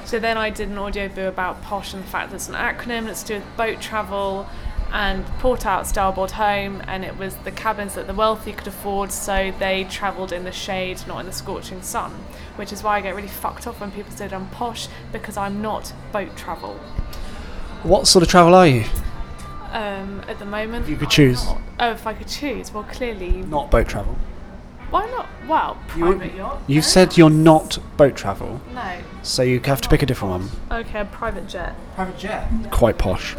Speaker 2: So then I did an audio boo about posh and the fact that it's an acronym. and It's to do with boat travel and port out starboard home, and it was the cabins that the wealthy could afford, so they travelled in the shade, not in the scorching sun. Which is why I get really fucked off when people say that I'm posh because I'm not boat travel.
Speaker 1: What sort of travel are you?
Speaker 2: Um, at the moment,
Speaker 1: You could
Speaker 2: I'm
Speaker 1: choose.
Speaker 2: not. Oh, if I could choose, well, clearly
Speaker 1: Not boat travel.
Speaker 2: Why not? Well, private yacht.
Speaker 1: You've
Speaker 2: no?
Speaker 1: said you're not boat travel,
Speaker 2: no.
Speaker 1: so you have to pick a different one.
Speaker 2: Okay, a private jet.
Speaker 1: Private jet. Quite posh.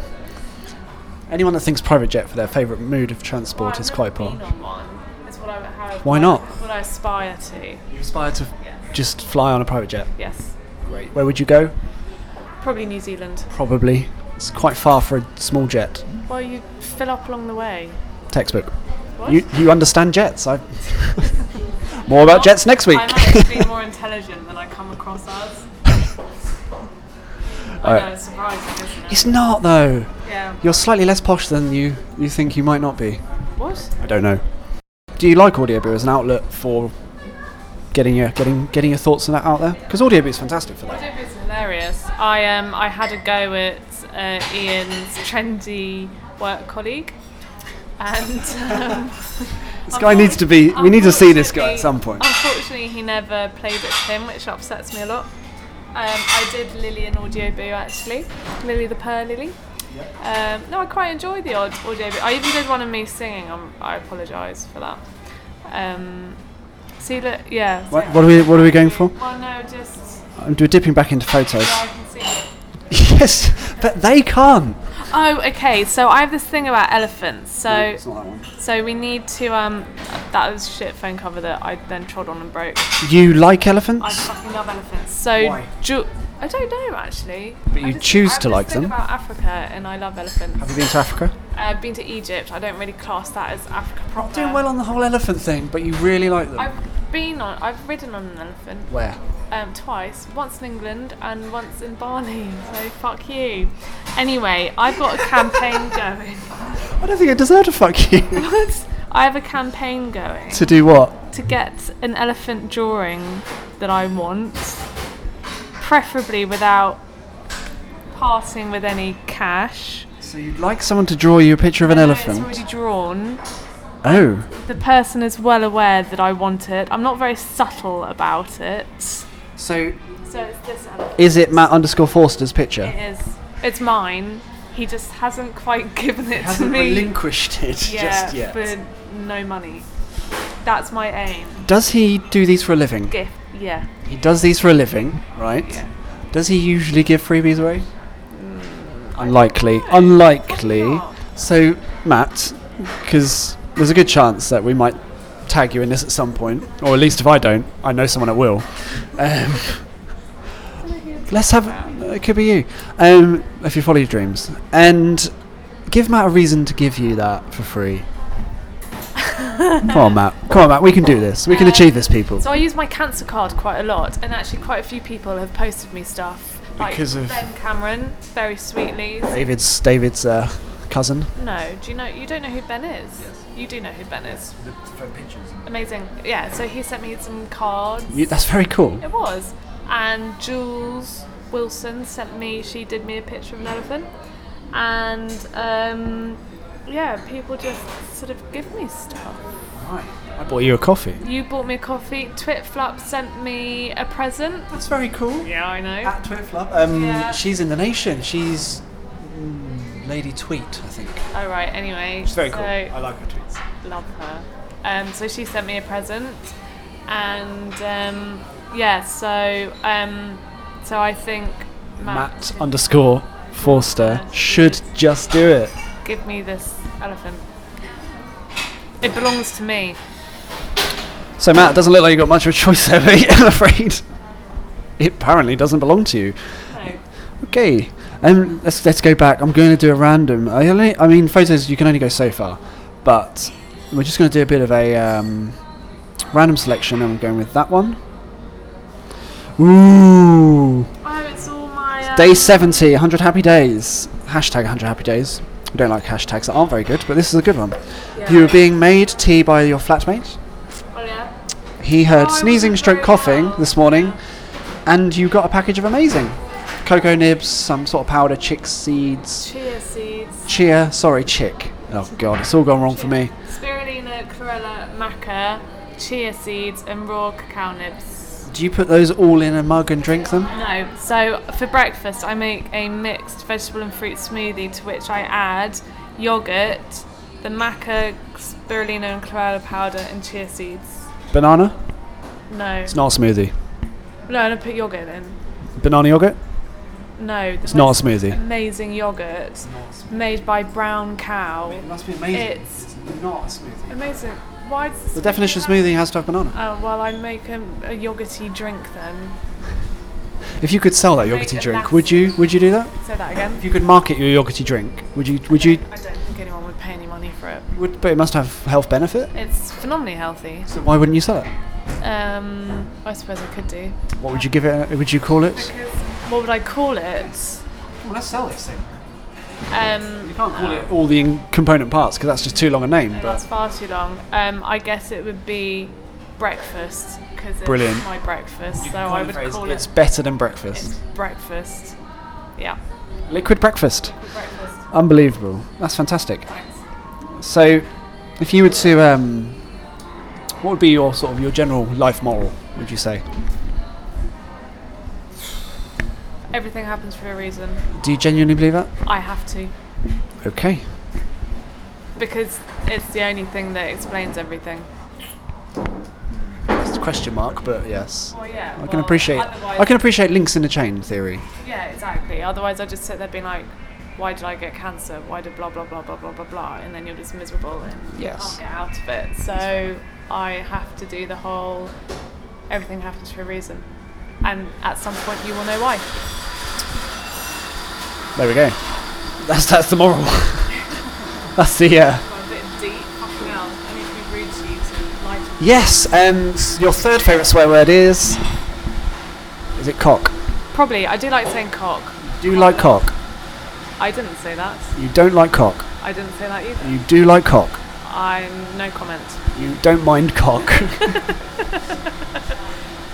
Speaker 1: Anyone that thinks private jet for their favourite mode of transport
Speaker 2: Well,
Speaker 1: is
Speaker 2: I've
Speaker 1: quite
Speaker 2: never
Speaker 1: posh.
Speaker 2: been on one. Is what I, how,
Speaker 1: Why not?
Speaker 2: What I aspire to.
Speaker 1: You aspire to
Speaker 2: Yeah.
Speaker 1: just fly on a private jet.
Speaker 2: Yes.
Speaker 1: Great. Where would you go?
Speaker 2: Probably New Zealand.
Speaker 1: Probably. It's quite far for a small jet.
Speaker 2: Well, you fill up along the way.
Speaker 1: Textbook.
Speaker 2: What?
Speaker 1: You, you understand jets. I [laughs] More about jets next week.
Speaker 2: I'm actually
Speaker 1: [laughs]
Speaker 2: more intelligent than I come across as. I
Speaker 1: Alright.
Speaker 2: know, it's surprising, isn't it?
Speaker 1: it's not though.
Speaker 2: yeah.
Speaker 1: You're slightly less posh than you, you think you might not be.
Speaker 2: What?
Speaker 1: I don't know. Do you like Audioboo as an outlet for getting your getting getting your thoughts on that out there? Because Audioboo is fantastic for that.
Speaker 2: It's hilarious. I um I had a go at uh, Ian's trendy work colleague, and [laughs] um,
Speaker 1: This guy needs to be. We need to see this guy at
Speaker 2: Unfortunately-
Speaker 1: some point.
Speaker 2: Unfortunately, he never played at him, which upsets me a lot. Um, I did Lily and Audio Boo actually, Lily the Pearl Lily. Um, no, I quite enjoy the odd Audio Boo. I even did one of me singing. i I apologise for that. Um, see, look, yeah.
Speaker 1: What, what are we What are we going for?
Speaker 2: Well, no, just
Speaker 1: Um, we're dipping back into photos. [laughs]
Speaker 2: yeah, I can see. It.
Speaker 1: yes, But they can't.
Speaker 2: Oh, okay. So I have this thing about elephants. So
Speaker 1: It's not that one.
Speaker 2: so we need to um that was shit phone cover that I then trod on and broke.
Speaker 1: You like
Speaker 2: I
Speaker 1: elephants?
Speaker 2: fucking love elephants. So
Speaker 1: Why?
Speaker 2: Ju- I don't know actually.
Speaker 1: But
Speaker 2: I
Speaker 1: you
Speaker 2: just-
Speaker 1: choose
Speaker 2: I have
Speaker 1: to
Speaker 2: this
Speaker 1: like
Speaker 2: thing
Speaker 1: them.
Speaker 2: About Africa and I love elephants.
Speaker 1: Have you been to Africa?
Speaker 2: I've been to Egypt. I don't really class that as Africa proper.
Speaker 1: Doing well on the whole elephant thing, but you really like them.
Speaker 2: I've been on. I've ridden on an elephant.
Speaker 1: Where?
Speaker 2: um, twice, once in England and once in Bali. So fuck you. Anyway, I've got a campaign [laughs] going.
Speaker 1: I don't think I deserve to fuck you. [laughs]
Speaker 2: What? I have a campaign going
Speaker 1: to do what?
Speaker 2: to get an elephant drawing that I want, preferably without parting with any cash.
Speaker 1: So you'd like someone to draw you a picture of an
Speaker 2: It's
Speaker 1: elephant?
Speaker 2: already drawn.
Speaker 1: Oh.
Speaker 2: The person is well aware that I want it. I'm not very subtle about it. So
Speaker 1: So
Speaker 2: it's this elephant.
Speaker 1: is it Matt underscore Forster's picture?
Speaker 2: It is. It's mine. He just hasn't quite [laughs] given it to
Speaker 1: [laughs] hasn't
Speaker 2: me.
Speaker 1: relinquished it [laughs]
Speaker 2: yeah,
Speaker 1: just yet.
Speaker 2: for no money. That's my aim.
Speaker 1: Does he do these for a living?
Speaker 2: Gift. Yeah.
Speaker 1: He does these for a living, right?
Speaker 2: Yeah. Mm,
Speaker 1: Does he usually give freebies away? Unlikely. Unlikely.
Speaker 2: not.
Speaker 1: So, Matt, because there's a good chance that we might tag you in this at some point, or at least if I don't, I know someone that will. Um, let's have. It could be you, um, if you follow your dreams, and give Matt a reason to give you that for
Speaker 2: [laughs]
Speaker 1: free. Come on, Matt. Come on, Matt. We can do this. We can
Speaker 2: Um,
Speaker 1: achieve this, people.
Speaker 2: So I use my cancer card quite a lot, and actually quite a few people have posted me stuff. Like
Speaker 1: Because of-
Speaker 2: Ben Cameron, very sweetly.
Speaker 1: David's David's uh, cousin.
Speaker 2: No, do you know? You don't know who Ben is. You do know who Ben is. Amazing. Yeah. So he sent me some cards.
Speaker 1: You, that's very cool.
Speaker 2: It was. And Jules Wilson sent me, she did me a picture of an elephant. And um, yeah, people just sort of give me stuff.
Speaker 1: I bought you a coffee.
Speaker 2: You bought me a coffee, Twitflap sent me a present.
Speaker 1: That's very cool.
Speaker 2: Yeah, I know.
Speaker 1: At Twitflub. Um,
Speaker 2: Yeah.
Speaker 1: she's in the nation. She's mm, Lady Tweet, I think.
Speaker 2: Alright, Oh, anyway. so,
Speaker 1: like her tweets.
Speaker 2: Love her. Um, so she sent me a present. And um, yeah, so um, so I think Matt,
Speaker 1: Matt underscore Forster should just do it.
Speaker 2: give me this elephant. It belongs to me.
Speaker 1: So Matt, it doesn't look like you got much of a choice there, [laughs] mate, I'm afraid. It apparently doesn't belong to you.
Speaker 2: No.
Speaker 1: Okay, um, let's let's go back. I'm going to do a random. I only, I mean, photos you can only go so far, but we're just going to do a bit of a um, random selection, and I'm going with that one. Ooh,
Speaker 2: Oh, it's all my. Um,
Speaker 1: day 70, 100 happy days. Hashtag 100 happy days. We don't like hashtags that aren't very good, but this is a good one. You were being made tea by your flatmate.
Speaker 2: Oh, yeah.
Speaker 1: He heard
Speaker 2: Oh, I
Speaker 1: sneezing,
Speaker 2: wasn't
Speaker 1: stroke,
Speaker 2: very
Speaker 1: coughing
Speaker 2: well.
Speaker 1: this morning, and you got a package of amazing cocoa nibs, some sort of powder, chick seeds,
Speaker 2: Chia seeds,
Speaker 1: chia, sorry, chick. Oh god, it's all gone wrong for me.
Speaker 2: spirulina, chlorella, maca, chia seeds, and raw cacao nibs.
Speaker 1: Do you put those all in a mug and drink them?
Speaker 2: No, so for breakfast, I make a mixed vegetable and fruit smoothie to which I add yogurt, the maca, spirulina, and chlorella powder, and chia seeds.
Speaker 1: Banana?
Speaker 2: No.
Speaker 1: It's not a smoothie.
Speaker 2: No, and I put yogurt in.
Speaker 1: Banana yogurt?
Speaker 2: No.
Speaker 1: It's not a smoothie.
Speaker 2: Amazing yogurt made by brown cow.
Speaker 1: must be amazing.
Speaker 2: It's
Speaker 1: not a smoothie.
Speaker 2: amazing. Why does
Speaker 1: The definition of smoothie has to have banana.
Speaker 2: Oh, well, I make a, a yogurty drink then.
Speaker 1: If you could sell that
Speaker 2: Make
Speaker 1: yogurty
Speaker 2: a
Speaker 1: drink,
Speaker 2: mass-
Speaker 1: would you would you do that?
Speaker 2: Say that again.
Speaker 1: If you could market your yogurty drink, would you would you
Speaker 2: I don't think anyone would pay any money for it.
Speaker 1: would but it must have health benefit?
Speaker 2: It's phenomenally healthy.
Speaker 1: So why wouldn't you sell it?
Speaker 2: Um, I suppose I could do.
Speaker 1: What would you give it would you call it?
Speaker 2: Because what would I call it?
Speaker 1: Well, let's sell this thing.
Speaker 2: Um,
Speaker 1: can't call it all the in- component parts because that's just too long a name,
Speaker 2: that's
Speaker 1: but
Speaker 2: far too long. Um, I guess it would be breakfast because it's
Speaker 1: Brilliant.
Speaker 2: my breakfast. So I would call
Speaker 1: it's
Speaker 2: it
Speaker 1: better than breakfast.
Speaker 2: breakfast. Yeah,
Speaker 1: Liquid breakfast.
Speaker 2: breakfast.
Speaker 1: Unbelievable. That's fantastic. So, if you were to, um, what would be your sort of your general life moral? Would you say?
Speaker 2: Everything happens for a reason.
Speaker 1: Do you genuinely believe that?
Speaker 2: I have to
Speaker 1: Okay.
Speaker 2: because it's the only thing that explains everything.
Speaker 1: It's question mark, but yes.
Speaker 2: Well, yeah.
Speaker 1: I can
Speaker 2: well,
Speaker 1: appreciate
Speaker 2: otherwise-
Speaker 1: I can appreciate links in a chain theory.
Speaker 2: Yeah, exactly. Otherwise, I'd just sit there being like, why did I get cancer? Why did blah, blah, blah, blah, blah, blah, blah? And then you're just miserable and
Speaker 1: Yes.
Speaker 2: you can't get out of it. So I have to do the whole everything happens for a reason. And at some point, you will know why.
Speaker 1: There we go. That's that's the moral. [laughs] that's the uh,
Speaker 2: a bit deep. Fucking hell. I need to be rude to you to lighten
Speaker 1: yes. And your third favourite swear word is is it cock?
Speaker 2: Probably. I do like saying cock.
Speaker 1: Do you like cock?
Speaker 2: I didn't say that.
Speaker 1: You don't like cock.
Speaker 2: I didn't say that either.
Speaker 1: You do like cock.
Speaker 2: I'm no comment.
Speaker 1: You don't mind cock. [laughs]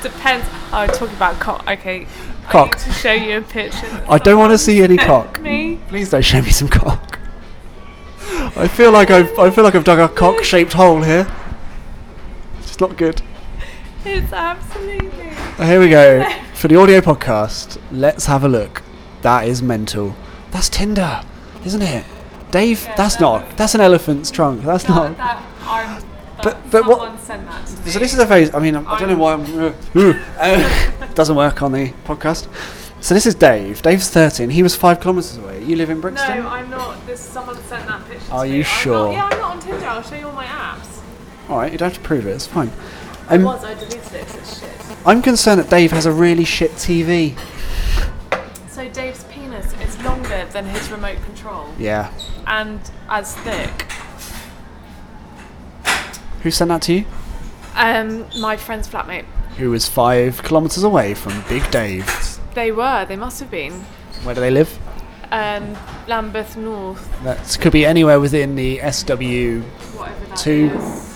Speaker 2: Depends. I was talking about cock. Okay. I
Speaker 1: Cock.
Speaker 2: need to show you a picture.
Speaker 1: I don't want to see any
Speaker 2: Sent
Speaker 1: cock.
Speaker 2: Me.
Speaker 1: Please don't show me some cock. I feel like I've I feel like I've dug a cock-shaped hole here. It's not good. Uh,
Speaker 2: It's absolutely.
Speaker 1: Here we go. For the audio podcast, let's have a look. That is mental. That's Tinder, isn't it? Dave,
Speaker 2: Yeah,
Speaker 1: that's
Speaker 2: that-
Speaker 1: not. That's an elephant's trunk. That's
Speaker 2: That,
Speaker 1: not.
Speaker 2: that, I'm, that
Speaker 1: But- but what-
Speaker 2: someone sent that to me.
Speaker 1: So this is a phase. I mean, I'm, I don't know why I'm. Uh, uh, [laughs] doesn't work on the podcast. So this is Dave. Dave's 13. He was five kilometres away. You live in
Speaker 2: No,
Speaker 1: Brixton.
Speaker 2: I'm not. This someone sent that picture.
Speaker 1: Are
Speaker 2: to
Speaker 1: you
Speaker 2: me.
Speaker 1: sure?
Speaker 2: I'm not, yeah, I'm not on Tinder. I'll show you all my apps.
Speaker 1: All right, you don't have to prove it. It's fine.
Speaker 2: It
Speaker 1: Um,
Speaker 2: was I deleted it 'cause it's shit.
Speaker 1: I'm concerned that Dave has a really shit TV.
Speaker 2: So Dave's penis is longer than his remote control
Speaker 1: Yeah.
Speaker 2: and as thick.
Speaker 1: Who sent that to you?
Speaker 2: Um, my friend's flatmate.
Speaker 1: Who was five kilometres away from Big Dave?
Speaker 2: They were. They must have been.
Speaker 1: Where do they live?
Speaker 2: Um, Lambeth North.
Speaker 1: That could be anywhere within the SW8.
Speaker 2: Whatever that
Speaker 1: Two.
Speaker 2: is.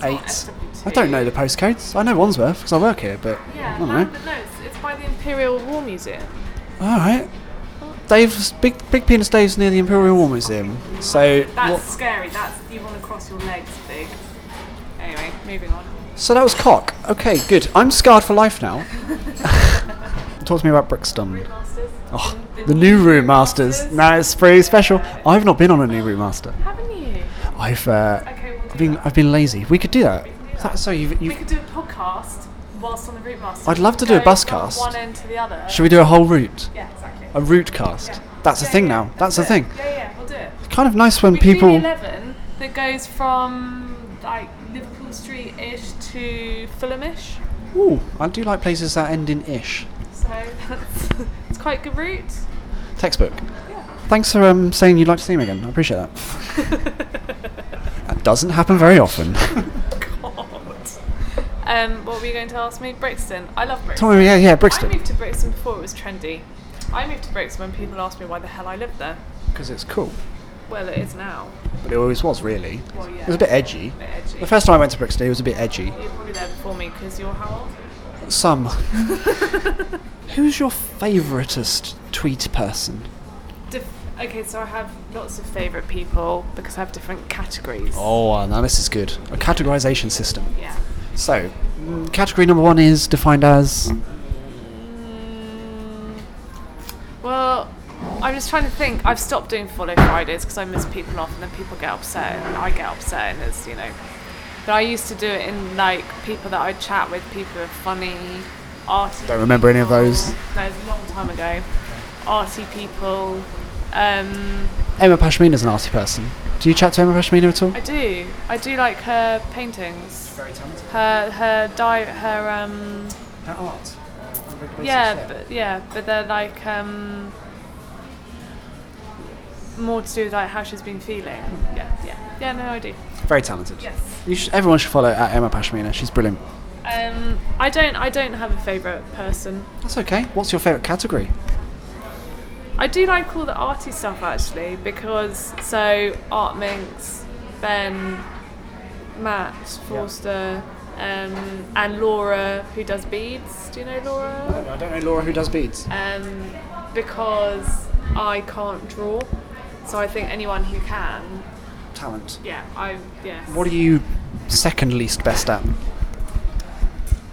Speaker 2: It's not
Speaker 1: I don't know the postcodes. I know Wandsworth because I work here, but
Speaker 2: Yeah,
Speaker 1: I don't know.
Speaker 2: Lambeth. No, it's, it's by the Imperial War Museum.
Speaker 1: All right. Dave's big, big penis. Dave's near the Imperial War Museum. So,
Speaker 2: That's
Speaker 1: what-
Speaker 2: scary. That's you want to cross your legs, big. Anyway, moving on.
Speaker 1: so that was cock. Okay, good. I'm scarred for life
Speaker 2: [laughs]
Speaker 1: now. Talk to me about Brixton.
Speaker 2: Masters.
Speaker 1: Oh, the new room masters. No, it's pretty special. I've not been on a new room master.
Speaker 2: Haven't you?
Speaker 1: I've uh,
Speaker 2: Okay, we'll do
Speaker 1: been,
Speaker 2: that.
Speaker 1: I've been lazy. We could do that. That- so you've,
Speaker 2: We
Speaker 1: you've,
Speaker 2: could do a podcast whilst on the route master.
Speaker 1: I'd
Speaker 2: We
Speaker 1: love
Speaker 2: could
Speaker 1: to do a
Speaker 2: go
Speaker 1: bus
Speaker 2: from
Speaker 1: cast.
Speaker 2: One end to the other.
Speaker 1: should we do a whole route?
Speaker 2: Yeah, exactly.
Speaker 1: A route cast. That's a
Speaker 2: Yeah,
Speaker 1: thing
Speaker 2: yeah,
Speaker 1: now. That's a thing.
Speaker 2: it. Yeah, yeah, we'll do it.
Speaker 1: Kind of nice when
Speaker 2: We could do the
Speaker 1: people.
Speaker 2: 11 that goes from like Liverpool Street ish to Fulhamish.
Speaker 1: Ooh, I do like places that end in ish.
Speaker 2: So that's it's quite good route.
Speaker 1: Textbook. Thanks for um, saying you'd like to see me again. I appreciate [laughs] that. that doesn't happen very [laughs] often.
Speaker 2: [laughs] God. Um, what were you going to ask me? Brixton. I love Brixton.
Speaker 1: Tell me, yeah, yeah,
Speaker 2: I
Speaker 1: Brixton.
Speaker 2: moved to Brixton before it was trendy. I moved to Brixton when people asked me why the hell I lived there.
Speaker 1: Because it's cool.
Speaker 2: Well, it is now.
Speaker 1: But it always was, really.
Speaker 2: Well, yeah.
Speaker 1: It was a bit edgy.
Speaker 2: A bit edgy.
Speaker 1: The first time I went to Brixton, it was a bit edgy.
Speaker 2: You're probably there before me because you're how old? [laughs]
Speaker 1: Some. Who's your favouritest tweet person?
Speaker 2: Dif- okay, so I have lots of favourite people because I have different categories.
Speaker 1: Oh, uh, now this is good. A categorisation system.
Speaker 2: Yeah.
Speaker 1: So, mm, category number one is defined as.
Speaker 2: Mm, well, I'm just trying to think. I've stopped doing follow Fridays because I miss people off, and then people get upset, and I get upset, and it's you know. But I used to do it in like people that I chat with, people who are funny, arty.
Speaker 1: Don't remember any of those.
Speaker 2: No, it's a long time ago. Arty people. Um,
Speaker 1: Emma Pashmina's an arty person. Do you chat to Emma Pashmina at all?
Speaker 2: I do. I do like her paintings.
Speaker 1: Very talented.
Speaker 2: Her her di- her um
Speaker 1: Her art.
Speaker 2: yeah but yeah but they're like um more to do with like how she's been feeling. Yeah yeah yeah no I do.
Speaker 1: Very talented.
Speaker 2: Yes.
Speaker 1: You should, everyone should follow at Emma Pashmina. She's brilliant.
Speaker 2: Um I don't I don't have a favorite person.
Speaker 1: That's okay. What's your favourite category?
Speaker 2: I do like all the arty stuff actually because so Art Minx, Ben, Matt, Forster, um, and Laura who does beads. Do you know Laura?
Speaker 1: I don't know Laura who does beads.
Speaker 2: Um, because I can't draw, so I think anyone who can,
Speaker 1: Talent.
Speaker 2: yeah, I yes.
Speaker 1: What are you second least best at?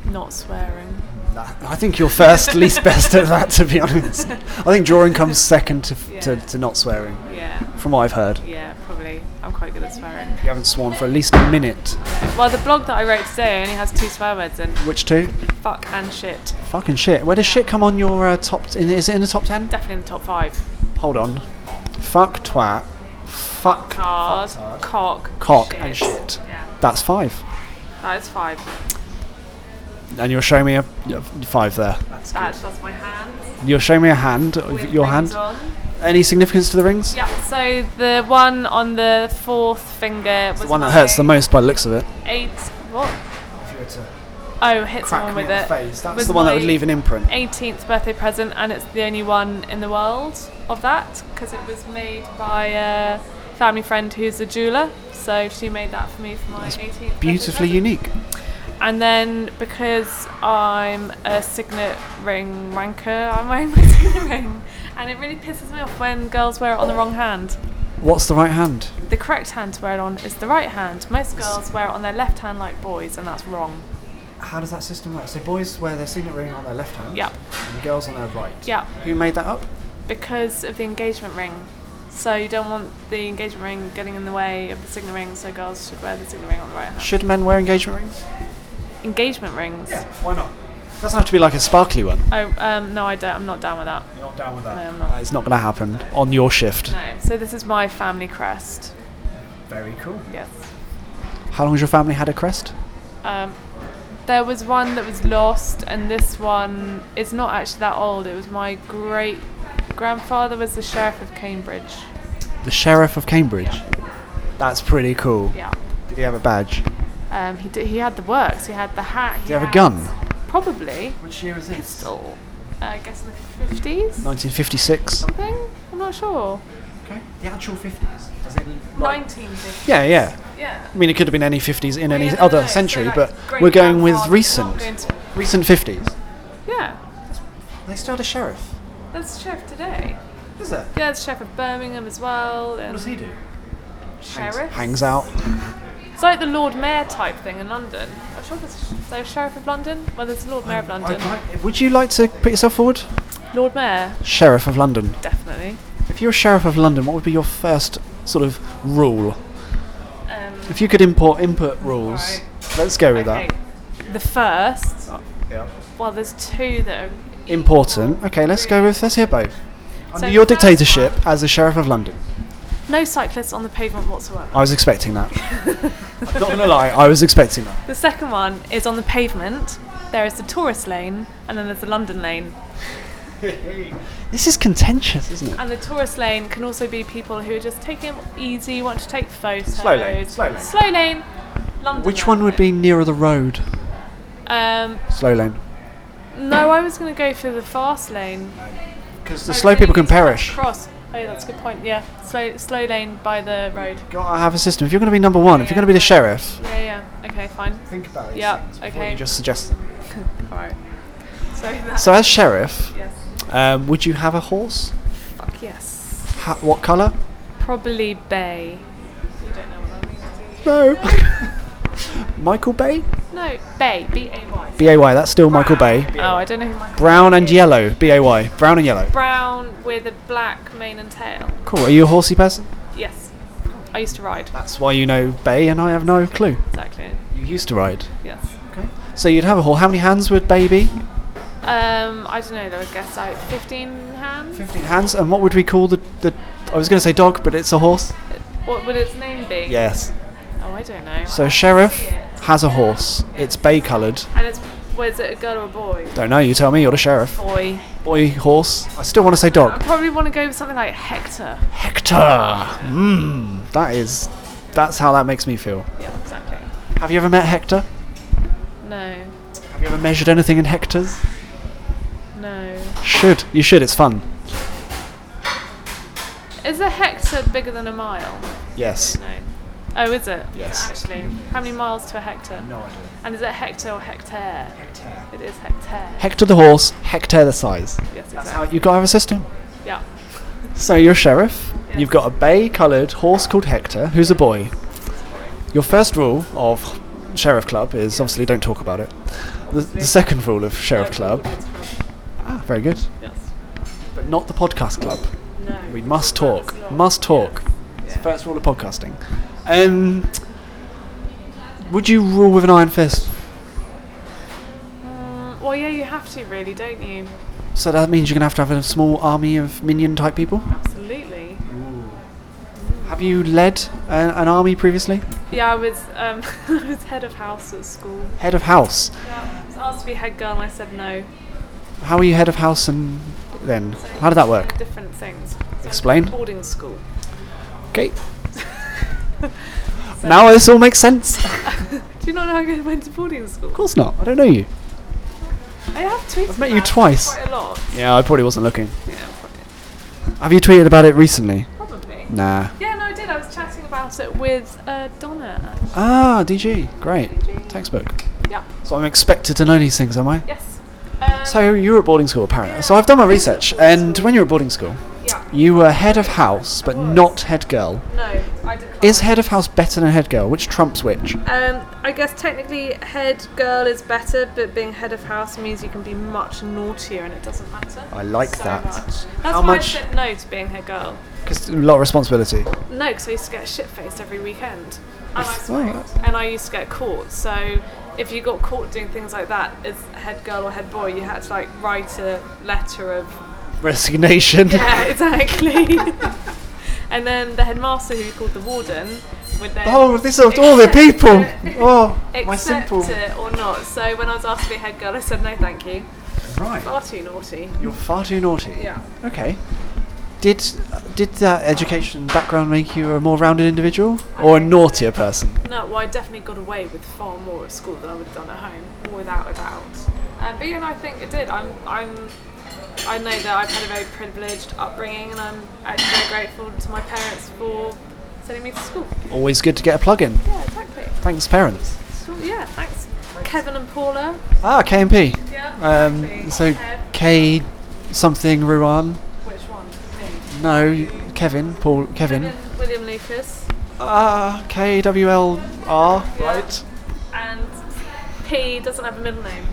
Speaker 2: Not swearing.
Speaker 1: I think you're first [laughs] least best at that, to be honest. I think drawing comes second to, f to,
Speaker 2: Yeah.
Speaker 1: to not swearing,
Speaker 2: Yeah,
Speaker 1: from what I've heard.
Speaker 2: yeah, probably. I'm quite good at swearing.
Speaker 1: You haven't sworn for at least a minute.
Speaker 2: Well, the blog that I wrote today only has two swear words in
Speaker 1: Which two?
Speaker 2: fuck and shit.
Speaker 1: Fucking shit. Where does shit come on your uh, top? T- in, is it in the top ten?
Speaker 2: Definitely in the top five.
Speaker 1: Hold on. Fuck twat. Fuck
Speaker 2: Cars, cock,
Speaker 1: cock and shit.
Speaker 2: Yeah,
Speaker 1: That's five.
Speaker 2: that is five.
Speaker 1: And you're showing me a yeah, five there.
Speaker 2: That's, that's my hands.
Speaker 1: You're showing me a hand.
Speaker 2: with
Speaker 1: your
Speaker 2: rings
Speaker 1: hand.
Speaker 2: on.
Speaker 1: Any significance to the rings?
Speaker 2: Yeah, so the one on the fourth finger was
Speaker 1: The one that hurts the
Speaker 2: my
Speaker 1: most by the looks of it.
Speaker 2: Eight. What? Oh, hit someone with it.
Speaker 1: That's
Speaker 2: Was
Speaker 1: the one that would
Speaker 2: my
Speaker 1: leave an imprint.
Speaker 2: 18th birthday present, and it's the only one in the world of that because it was made by a family friend who's a jeweler. So she made that for me for my 18th. birthday
Speaker 1: Beautifully
Speaker 2: present.
Speaker 1: unique.
Speaker 2: And then because I'm a signet ring wanker, I'm wearing my [laughs] signet ring, and it really pisses me off when girls wear it on the wrong hand.
Speaker 1: What's the right hand?
Speaker 2: The correct hand to wear it on is the right hand. Most girls wear it on their left hand like boys, and that's wrong.
Speaker 1: How does that system work? So boys wear their signet ring on their left hand.
Speaker 2: Yep.
Speaker 1: And girls on their right.
Speaker 2: Yeah,
Speaker 1: Who made that up?
Speaker 2: because of the engagement ring. So you don't want the engagement ring getting in the way of the signet ring, so girls should wear the signet ring on the right hand.
Speaker 1: Should men wear engagement rings?
Speaker 2: Engagement rings.
Speaker 1: Why not? Doesn't have to be like a sparkly one.
Speaker 2: Oh, um, no, I don't. I'm not down with that.
Speaker 1: You're not down with
Speaker 2: No,
Speaker 1: that.
Speaker 2: I'm not.
Speaker 1: It's not going to happen on your shift.
Speaker 2: No. So this is my family crest.
Speaker 1: Very cool.
Speaker 2: Yes.
Speaker 1: How long has your family had a crest?
Speaker 2: Um, there was one that was lost, and this one is not actually that old. It was my great grandfather was the sheriff of Cambridge.
Speaker 1: The Sheriff of Cambridge. That's pretty cool.
Speaker 2: Yeah.
Speaker 1: Did he have a badge? Did
Speaker 2: Um, he did, he had the works. He had the hat. He
Speaker 1: he have a
Speaker 2: had-
Speaker 1: gun?
Speaker 2: Probably.
Speaker 1: Which year was this?
Speaker 2: Pistol. Uh, I guess in the fifties.
Speaker 1: 1956.
Speaker 2: Something. I'm not sure.
Speaker 1: Okay. The actual 50s.
Speaker 2: Nineteen fifty.
Speaker 1: Yeah, yeah.
Speaker 2: Yeah.
Speaker 1: I mean, it could have been any 50s in any
Speaker 2: Yeah, no,
Speaker 1: other
Speaker 2: no, no, so
Speaker 1: century,
Speaker 2: like
Speaker 1: but
Speaker 2: great
Speaker 1: we're going with
Speaker 2: grandfather, not going
Speaker 1: recent.
Speaker 2: to-
Speaker 1: Recent 50s.
Speaker 2: Yeah.
Speaker 1: They still had a sheriff.
Speaker 2: That's sheriff today.
Speaker 1: Is there?
Speaker 2: Yeah, it's sheriff of Birmingham as well. And
Speaker 1: do?
Speaker 2: Sheriff.
Speaker 1: Hangs out.
Speaker 2: It's like the Lord Mayor type thing in London. I'm sure there's Um, so Sheriff of London. Well, there's the Lord Mayor of London.
Speaker 1: Would you like to put yourself forward?
Speaker 2: Lord Mayor,
Speaker 1: Sheriff of London.
Speaker 2: definitely.
Speaker 1: If you're a sheriff of London, what would be your first sort of rule?
Speaker 2: Um,
Speaker 1: If you could import input rules, let's go with
Speaker 2: okay. The first.
Speaker 1: that. Yeah.
Speaker 2: Well, there's two that are.
Speaker 1: Important. Okay, let's go with let's hear both. Under
Speaker 2: the
Speaker 1: your
Speaker 2: first
Speaker 1: dictatorship as the sheriff of London,
Speaker 2: No cyclists on the pavement whatsoever.
Speaker 1: I was expecting
Speaker 2: [laughs]
Speaker 1: that. I'm not gonna lie, I was expecting that.
Speaker 2: The second one is on the pavement. There is the tourist lane, and then there's the London lane.
Speaker 1: This is contentious, isn't it?
Speaker 2: And the tourist lane can also be people who are just taking it easy, want to take photos.
Speaker 1: Slow lane, slow lane.
Speaker 2: Slow lane. London
Speaker 1: Which
Speaker 2: lane.
Speaker 1: one would be nearer the road?
Speaker 2: Um,
Speaker 1: Slow lane.
Speaker 2: no, I was going to go for the fast lane.
Speaker 1: Because the slow people can perish.
Speaker 2: Cross. Oh, that's a good point. Yeah, slow, slow lane by the road.
Speaker 1: Gotta have a system. If you're gonna be number one, if you're gonna be the sheriff,
Speaker 2: Yeah, yeah. Okay, fine.
Speaker 1: think about it.
Speaker 2: Yeah. Okay.
Speaker 1: Just suggest them.
Speaker 2: All right. So that.
Speaker 1: So as sheriff,
Speaker 2: yes.
Speaker 1: um, would you have a horse?
Speaker 2: Fuck yes.
Speaker 1: Ha- what colour?
Speaker 2: Probably bay. You don't know what that means.
Speaker 1: No. [laughs] Michael Bay?
Speaker 2: No, bay. B A Y.
Speaker 1: B A Y, that's still Michael Bay.
Speaker 2: Oh, I don't know who my
Speaker 1: Brown and yellow, B A Y. Brown and yellow.
Speaker 2: Brown with a black mane and tail.
Speaker 1: Cool, are you a horsey person?
Speaker 2: Yes. I used to ride.
Speaker 1: That's why you know Bay and I have no clue.
Speaker 2: Exactly.
Speaker 1: You used to ride.
Speaker 2: Yes.
Speaker 1: Okay. So you'd have a horse. How many hands would Bay be?
Speaker 2: Um, I don't know. Though I guess like 15 hands.
Speaker 1: 15 hands. And what would we call the. the I was going to say dog, but it's a horse?
Speaker 2: What would its name be?
Speaker 1: Yes.
Speaker 2: Oh, I don't know.
Speaker 1: So sheriff has a horse. It's bay coloured.
Speaker 2: And it's was it a girl or a boy?
Speaker 1: Don't know, you tell me, you're the sheriff.
Speaker 2: Boy.
Speaker 1: Boy, horse. I still want to say
Speaker 2: I
Speaker 1: dog.
Speaker 2: probably want to go with something like Hector.
Speaker 1: Hector! Mmm. That is. That's how that makes me feel.
Speaker 2: Yeah, exactly.
Speaker 1: Have you ever met Hector?
Speaker 2: No,
Speaker 1: Have you ever measured anything in [sighs] hectares?
Speaker 2: no.
Speaker 1: Should. You should, it's fun.
Speaker 2: Is a hectare bigger than a mile?
Speaker 1: Yes.
Speaker 2: No. Oh, is it?
Speaker 1: Yes.
Speaker 2: Actually, how many miles to a hectare?
Speaker 1: idea.
Speaker 2: And is it hectare or hectare? It is hectare.
Speaker 1: Hector the horse, Hector the size.
Speaker 2: yes,
Speaker 1: That's
Speaker 2: exactly.
Speaker 1: how you've Uh, got to have a system.
Speaker 2: yeah.
Speaker 1: So you're a sheriff.
Speaker 2: Yes.
Speaker 1: You've got a bay-coloured horse called Hector, who's a boy. Your first rule of sheriff club is obviously don't talk about it. The, the second rule of sheriff club, ah, very good,
Speaker 2: Yes.
Speaker 1: but not the podcast club.
Speaker 2: No.
Speaker 1: We must talk. Must talk. It's the first rule of podcasting. Um, would you rule with an iron fist?
Speaker 2: Mm, well, yeah, you have to really, don't you?
Speaker 1: So that means you're gonna have to have a small army of minion type people.
Speaker 2: Absolutely.
Speaker 1: Have you led an, an army previously?
Speaker 2: Yeah, I was um, [laughs] I was head of house at school.
Speaker 1: Head of house.
Speaker 2: Yeah, I was asked to be head girl, and I said no.
Speaker 1: How were you head of house and then? How did that work?
Speaker 2: Different things. So I was at
Speaker 1: Explain.
Speaker 2: Boarding school. [laughs]
Speaker 1: Okay. [laughs] now this all makes sense. Of
Speaker 2: Do you not know I went to boarding school?
Speaker 1: course not. I don't know you.
Speaker 2: I have tweeted.
Speaker 1: I've met you
Speaker 2: about it
Speaker 1: twice.
Speaker 2: Quite a lot.
Speaker 1: Yeah, I probably wasn't looking.
Speaker 2: Yeah, pro-
Speaker 1: Have you tweeted about it recently?
Speaker 2: probably.
Speaker 1: Nah.
Speaker 2: Yeah, no, I did. I was chatting about it with uh, Donna.
Speaker 1: Ah, DG. Great.
Speaker 2: DG.
Speaker 1: Textbook.
Speaker 2: Yeah.
Speaker 1: So I'm expected to know these things, am I?
Speaker 2: Yes. Um,
Speaker 1: So you were at boarding school, apparently. So I've done my research, and when you were at boarding school,
Speaker 2: Yeah.
Speaker 1: you were head of house, but
Speaker 2: I was.
Speaker 1: not head girl.
Speaker 2: No, I decline.
Speaker 1: Is head of house better than head girl? Which trumps which?
Speaker 2: Um, I guess technically head girl is better, but being head of house means you can be much naughtier and it doesn't matter.
Speaker 1: I like
Speaker 2: so
Speaker 1: that.
Speaker 2: Much. That's
Speaker 1: How
Speaker 2: why
Speaker 1: much-
Speaker 2: I said no to being head girl.
Speaker 1: Because a lot of responsibility.
Speaker 2: No, because I used to get shit faced every weekend. And I,
Speaker 1: thought-
Speaker 2: smoked, and I used to get caught. So if you got caught doing things like that as head girl or head boy, you had to like write a letter of [laughs]
Speaker 1: Resignation. [laughs]
Speaker 2: yeah, exactly. [laughs] and then the headmaster who called the warden would then
Speaker 1: Oh, this is all the
Speaker 2: accept
Speaker 1: people.
Speaker 2: it-
Speaker 1: Oh, my
Speaker 2: accept
Speaker 1: simple.
Speaker 2: it or not. So when I was asked to be head girl, I said no, thank you.
Speaker 1: Right.
Speaker 2: Far too naughty.
Speaker 1: You're far too naughty.
Speaker 2: Yeah.
Speaker 1: Okay. Did did that education background make you a more rounded individual or a naughtier person?
Speaker 2: No, well, I definitely got away with far more at school than I would have done at home, without a doubt. Um, but yeah, no, I think it did. I'm, I'm, I know that I've had a very privileged upbringing, and I'm actually very grateful to my parents for sending me to school.
Speaker 1: Always good to get a plug in.
Speaker 2: Yeah, exactly.
Speaker 1: Thanks, parents.
Speaker 2: So, yeah, thanks, Kevin and Paula.
Speaker 1: Ah,
Speaker 2: Uh,
Speaker 1: KMP.
Speaker 2: Yeah.
Speaker 1: Um,
Speaker 2: exactly.
Speaker 1: so
Speaker 2: Kev,
Speaker 1: K something Ruan.
Speaker 2: which one? Me.
Speaker 1: No, Kevin. Paul. Kevin.
Speaker 2: William, William Lucas
Speaker 1: Ah, K W L R. Right.
Speaker 2: and P doesn't have a middle name.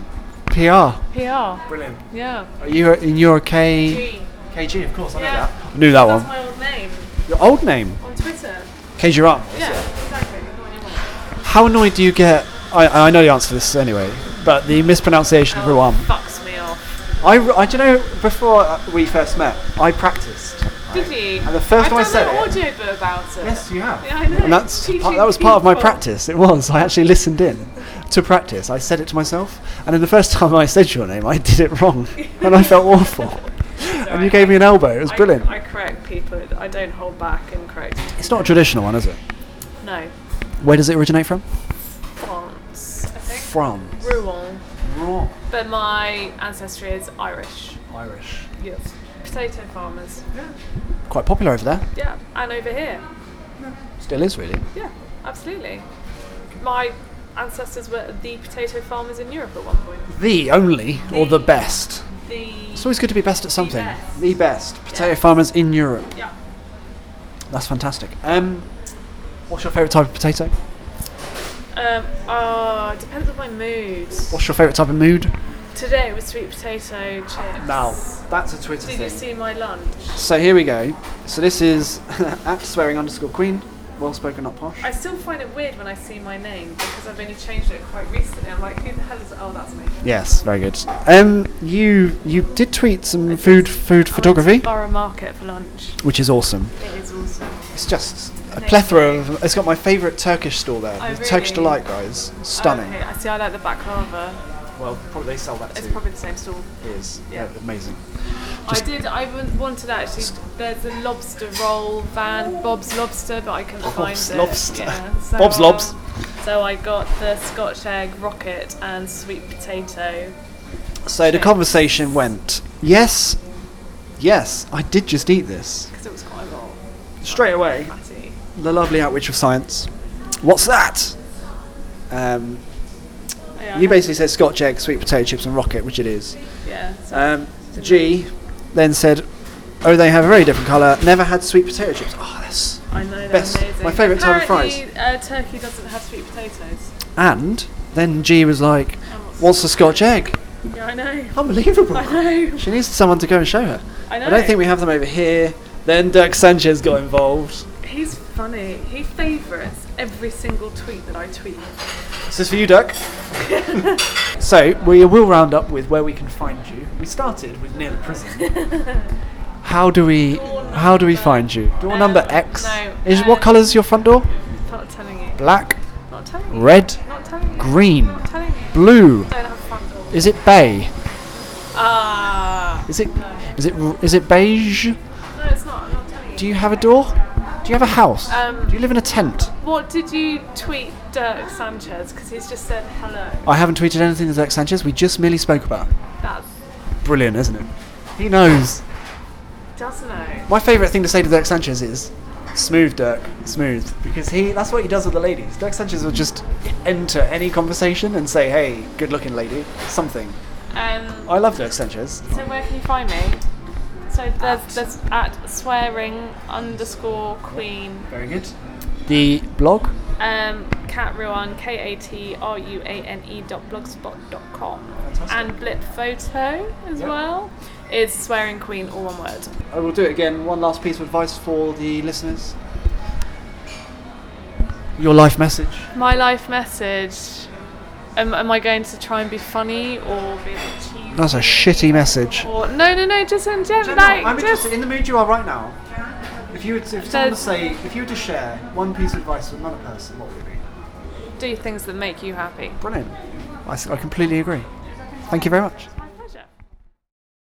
Speaker 1: PR.
Speaker 2: PR.
Speaker 1: Brilliant.
Speaker 2: Yeah.
Speaker 1: Are you a- and you're a K.
Speaker 2: G.
Speaker 1: KG, of course. I
Speaker 2: Yeah.
Speaker 1: Knew that
Speaker 2: That's
Speaker 1: one.
Speaker 2: my old name
Speaker 1: Your old name.
Speaker 2: on Twitter.
Speaker 1: K Girard.
Speaker 2: Yeah, exactly. the one you want.
Speaker 1: How annoyed do you get? I, I know the answer to this anyway, but the mispronunciation of Ruan.
Speaker 2: Oh, Fucks me off.
Speaker 1: I, I do you know before uh, we first met, I practiced.
Speaker 2: Did you?
Speaker 1: And the first
Speaker 2: I've
Speaker 1: time I
Speaker 2: done
Speaker 1: said
Speaker 2: an
Speaker 1: it-
Speaker 2: audiobook about it.
Speaker 1: you have.
Speaker 2: Yeah, I know.
Speaker 1: And that's
Speaker 2: Teaching
Speaker 1: part, that was part of my
Speaker 2: people.
Speaker 1: practice. It was. I actually listened in to practice. I said it to myself, and then the first time I said your name, I did it wrong, and I felt
Speaker 2: [laughs]
Speaker 1: awful. And you
Speaker 2: alright.
Speaker 1: gave me an elbow. It was
Speaker 2: I-
Speaker 1: brilliant.
Speaker 2: I, correct people. I don't hold back and correct.
Speaker 1: It's not a traditional one, is it?
Speaker 2: No.
Speaker 1: Where does it originate from?
Speaker 2: France. I think.
Speaker 1: From.
Speaker 2: Rouen.
Speaker 1: Raw.
Speaker 2: But my ancestry is Irish.
Speaker 1: Irish.
Speaker 2: Yes. Potato farmers.
Speaker 1: Quite popular over there.
Speaker 2: Yeah. And over here.
Speaker 1: Still is really.
Speaker 2: Yeah. Absolutely. My ancestors were the potato farmers in Europe at one point.
Speaker 1: The only or the best.
Speaker 2: The.
Speaker 1: It's always good to be best at something.
Speaker 2: best.
Speaker 1: The best. Potato farmers in Europe.
Speaker 2: Yeah.
Speaker 1: That's fantastic. Um, what's your favourite type of potato?
Speaker 2: Um, oh, depends on my mood.
Speaker 1: What's your favourite type of mood?
Speaker 2: Today was sweet potato chips.
Speaker 1: Now, that's a Twitter
Speaker 2: Did you see my lunch?
Speaker 1: So here we go. So this is [laughs] at swearing underscore queen. Well spoken, not posh.
Speaker 2: I still find it weird when I see my name because I've only changed it quite recently. I'm like, who the hell is it? Oh, that's me.
Speaker 1: Yes, very good. Um, you you did tweet some food food
Speaker 2: I
Speaker 1: photography,
Speaker 2: went to Borough Market for lunch.
Speaker 1: which is awesome.
Speaker 2: It is awesome.
Speaker 1: It's just a
Speaker 2: Next
Speaker 1: plethora of. It's got my favourite Turkish stall there.
Speaker 2: Oh,
Speaker 1: the Turkish
Speaker 2: really? Oh,
Speaker 1: delight guys, stunning.
Speaker 2: Okay, I see. I like the baklava.
Speaker 1: Well, probably they sell that
Speaker 2: It's probably the same stall.
Speaker 1: It is
Speaker 2: yeah.
Speaker 1: amazing.
Speaker 2: I did. I w- wanted actually. There's a lobster roll van, Bob's Lobster, but I couldn't
Speaker 1: Bob's
Speaker 2: find
Speaker 1: Lobster.
Speaker 2: it. Yeah, so, um,
Speaker 1: Bob's Lobs.
Speaker 2: So I got the Scotch egg rocket and sweet potato.
Speaker 1: So the conversation went. Yes, yes, I did just eat this
Speaker 2: because it was quite a lot.
Speaker 1: straight away.
Speaker 2: Fatty.
Speaker 1: The lovely outreach of science. What's that? Um,
Speaker 2: Yeah,
Speaker 1: You basically said Scotch egg, sweet potato chips, and rocket, which it is.
Speaker 2: Yeah. So
Speaker 1: Um, G then said, "Oh, they have a very different colour. Never had sweet potato chips. Oh, that's
Speaker 2: I know they're
Speaker 1: best-
Speaker 2: amazing.
Speaker 1: my favourite type of fries.
Speaker 2: Apparently, Uh, turkey doesn't have sweet potatoes. Oh,
Speaker 1: and." Then G was like, "What's a Scotch egg?
Speaker 2: [laughs] Yeah, I know. [laughs]
Speaker 1: Unbelievable.
Speaker 2: I know.
Speaker 1: She needs someone to go and show her.
Speaker 2: I know.
Speaker 1: I don't think we have them over here." Then Dirk Sanchez got involved.
Speaker 2: He's funny. He favourites every single tweet that I tweet. [laughs]
Speaker 1: This is for you, Duck. so we will round up with where we can find you. We started with near the prison. how do we? How do we find you? Door
Speaker 2: Um,
Speaker 1: number X.
Speaker 2: no,
Speaker 1: Is
Speaker 2: um,
Speaker 1: what colour's your front door?
Speaker 2: Not telling you.
Speaker 1: Black,
Speaker 2: Not telling you.
Speaker 1: red,
Speaker 2: Not telling you.
Speaker 1: green,
Speaker 2: Not telling you.
Speaker 1: blue.
Speaker 2: Don't have fun. though.
Speaker 1: Is it bay?
Speaker 2: Ah.
Speaker 1: Is it? Is it? Is it beige?
Speaker 2: No, it's not. I'm not telling you.
Speaker 1: Do you have a door? Do you have a house?
Speaker 2: Um,
Speaker 1: do you live in a tent?
Speaker 2: What did you tweet Dirk Sanchez? Because he's just said hello.
Speaker 1: I haven't tweeted anything to Zach Sanchez. We just merely spoke about. it.
Speaker 2: That's
Speaker 1: Brilliant, isn't it? He knows.
Speaker 2: doesn't know.
Speaker 1: My favourite thing to say to Dirk Sanchez is, "Smooth, Dirk, smooth," because he—that's what he does with the ladies. Dirk Sanchez will just enter any conversation and say, "Hey, good-looking lady," something.
Speaker 2: Um,
Speaker 1: I love Dirk Sanchez.
Speaker 2: so where can you find me? So there's there's at swearing underscore queen
Speaker 1: Very good. The blog.
Speaker 2: um catruan k a t r u a n e dot blogspot dot com
Speaker 1: Fantastic.
Speaker 2: and blip photo as
Speaker 1: Yep.
Speaker 2: well is swearing queen all one word.
Speaker 1: I will do it again. One last piece of advice for the listeners. Your life message.
Speaker 2: My life message. Am, am I going to try and be funny or be a bit cheesy?
Speaker 1: That's a shitty message.
Speaker 2: Or, no, no, no, just in general.
Speaker 1: General,
Speaker 2: Like,
Speaker 1: I'm
Speaker 2: just,
Speaker 1: interested in the mood you are right now. If you were to, if someone were to
Speaker 2: Says-
Speaker 1: say, if you were to share one piece of advice with another person, what would it be?
Speaker 2: do things that make you happy.
Speaker 1: Brilliant. I, s- I completely agree. Thank you very much.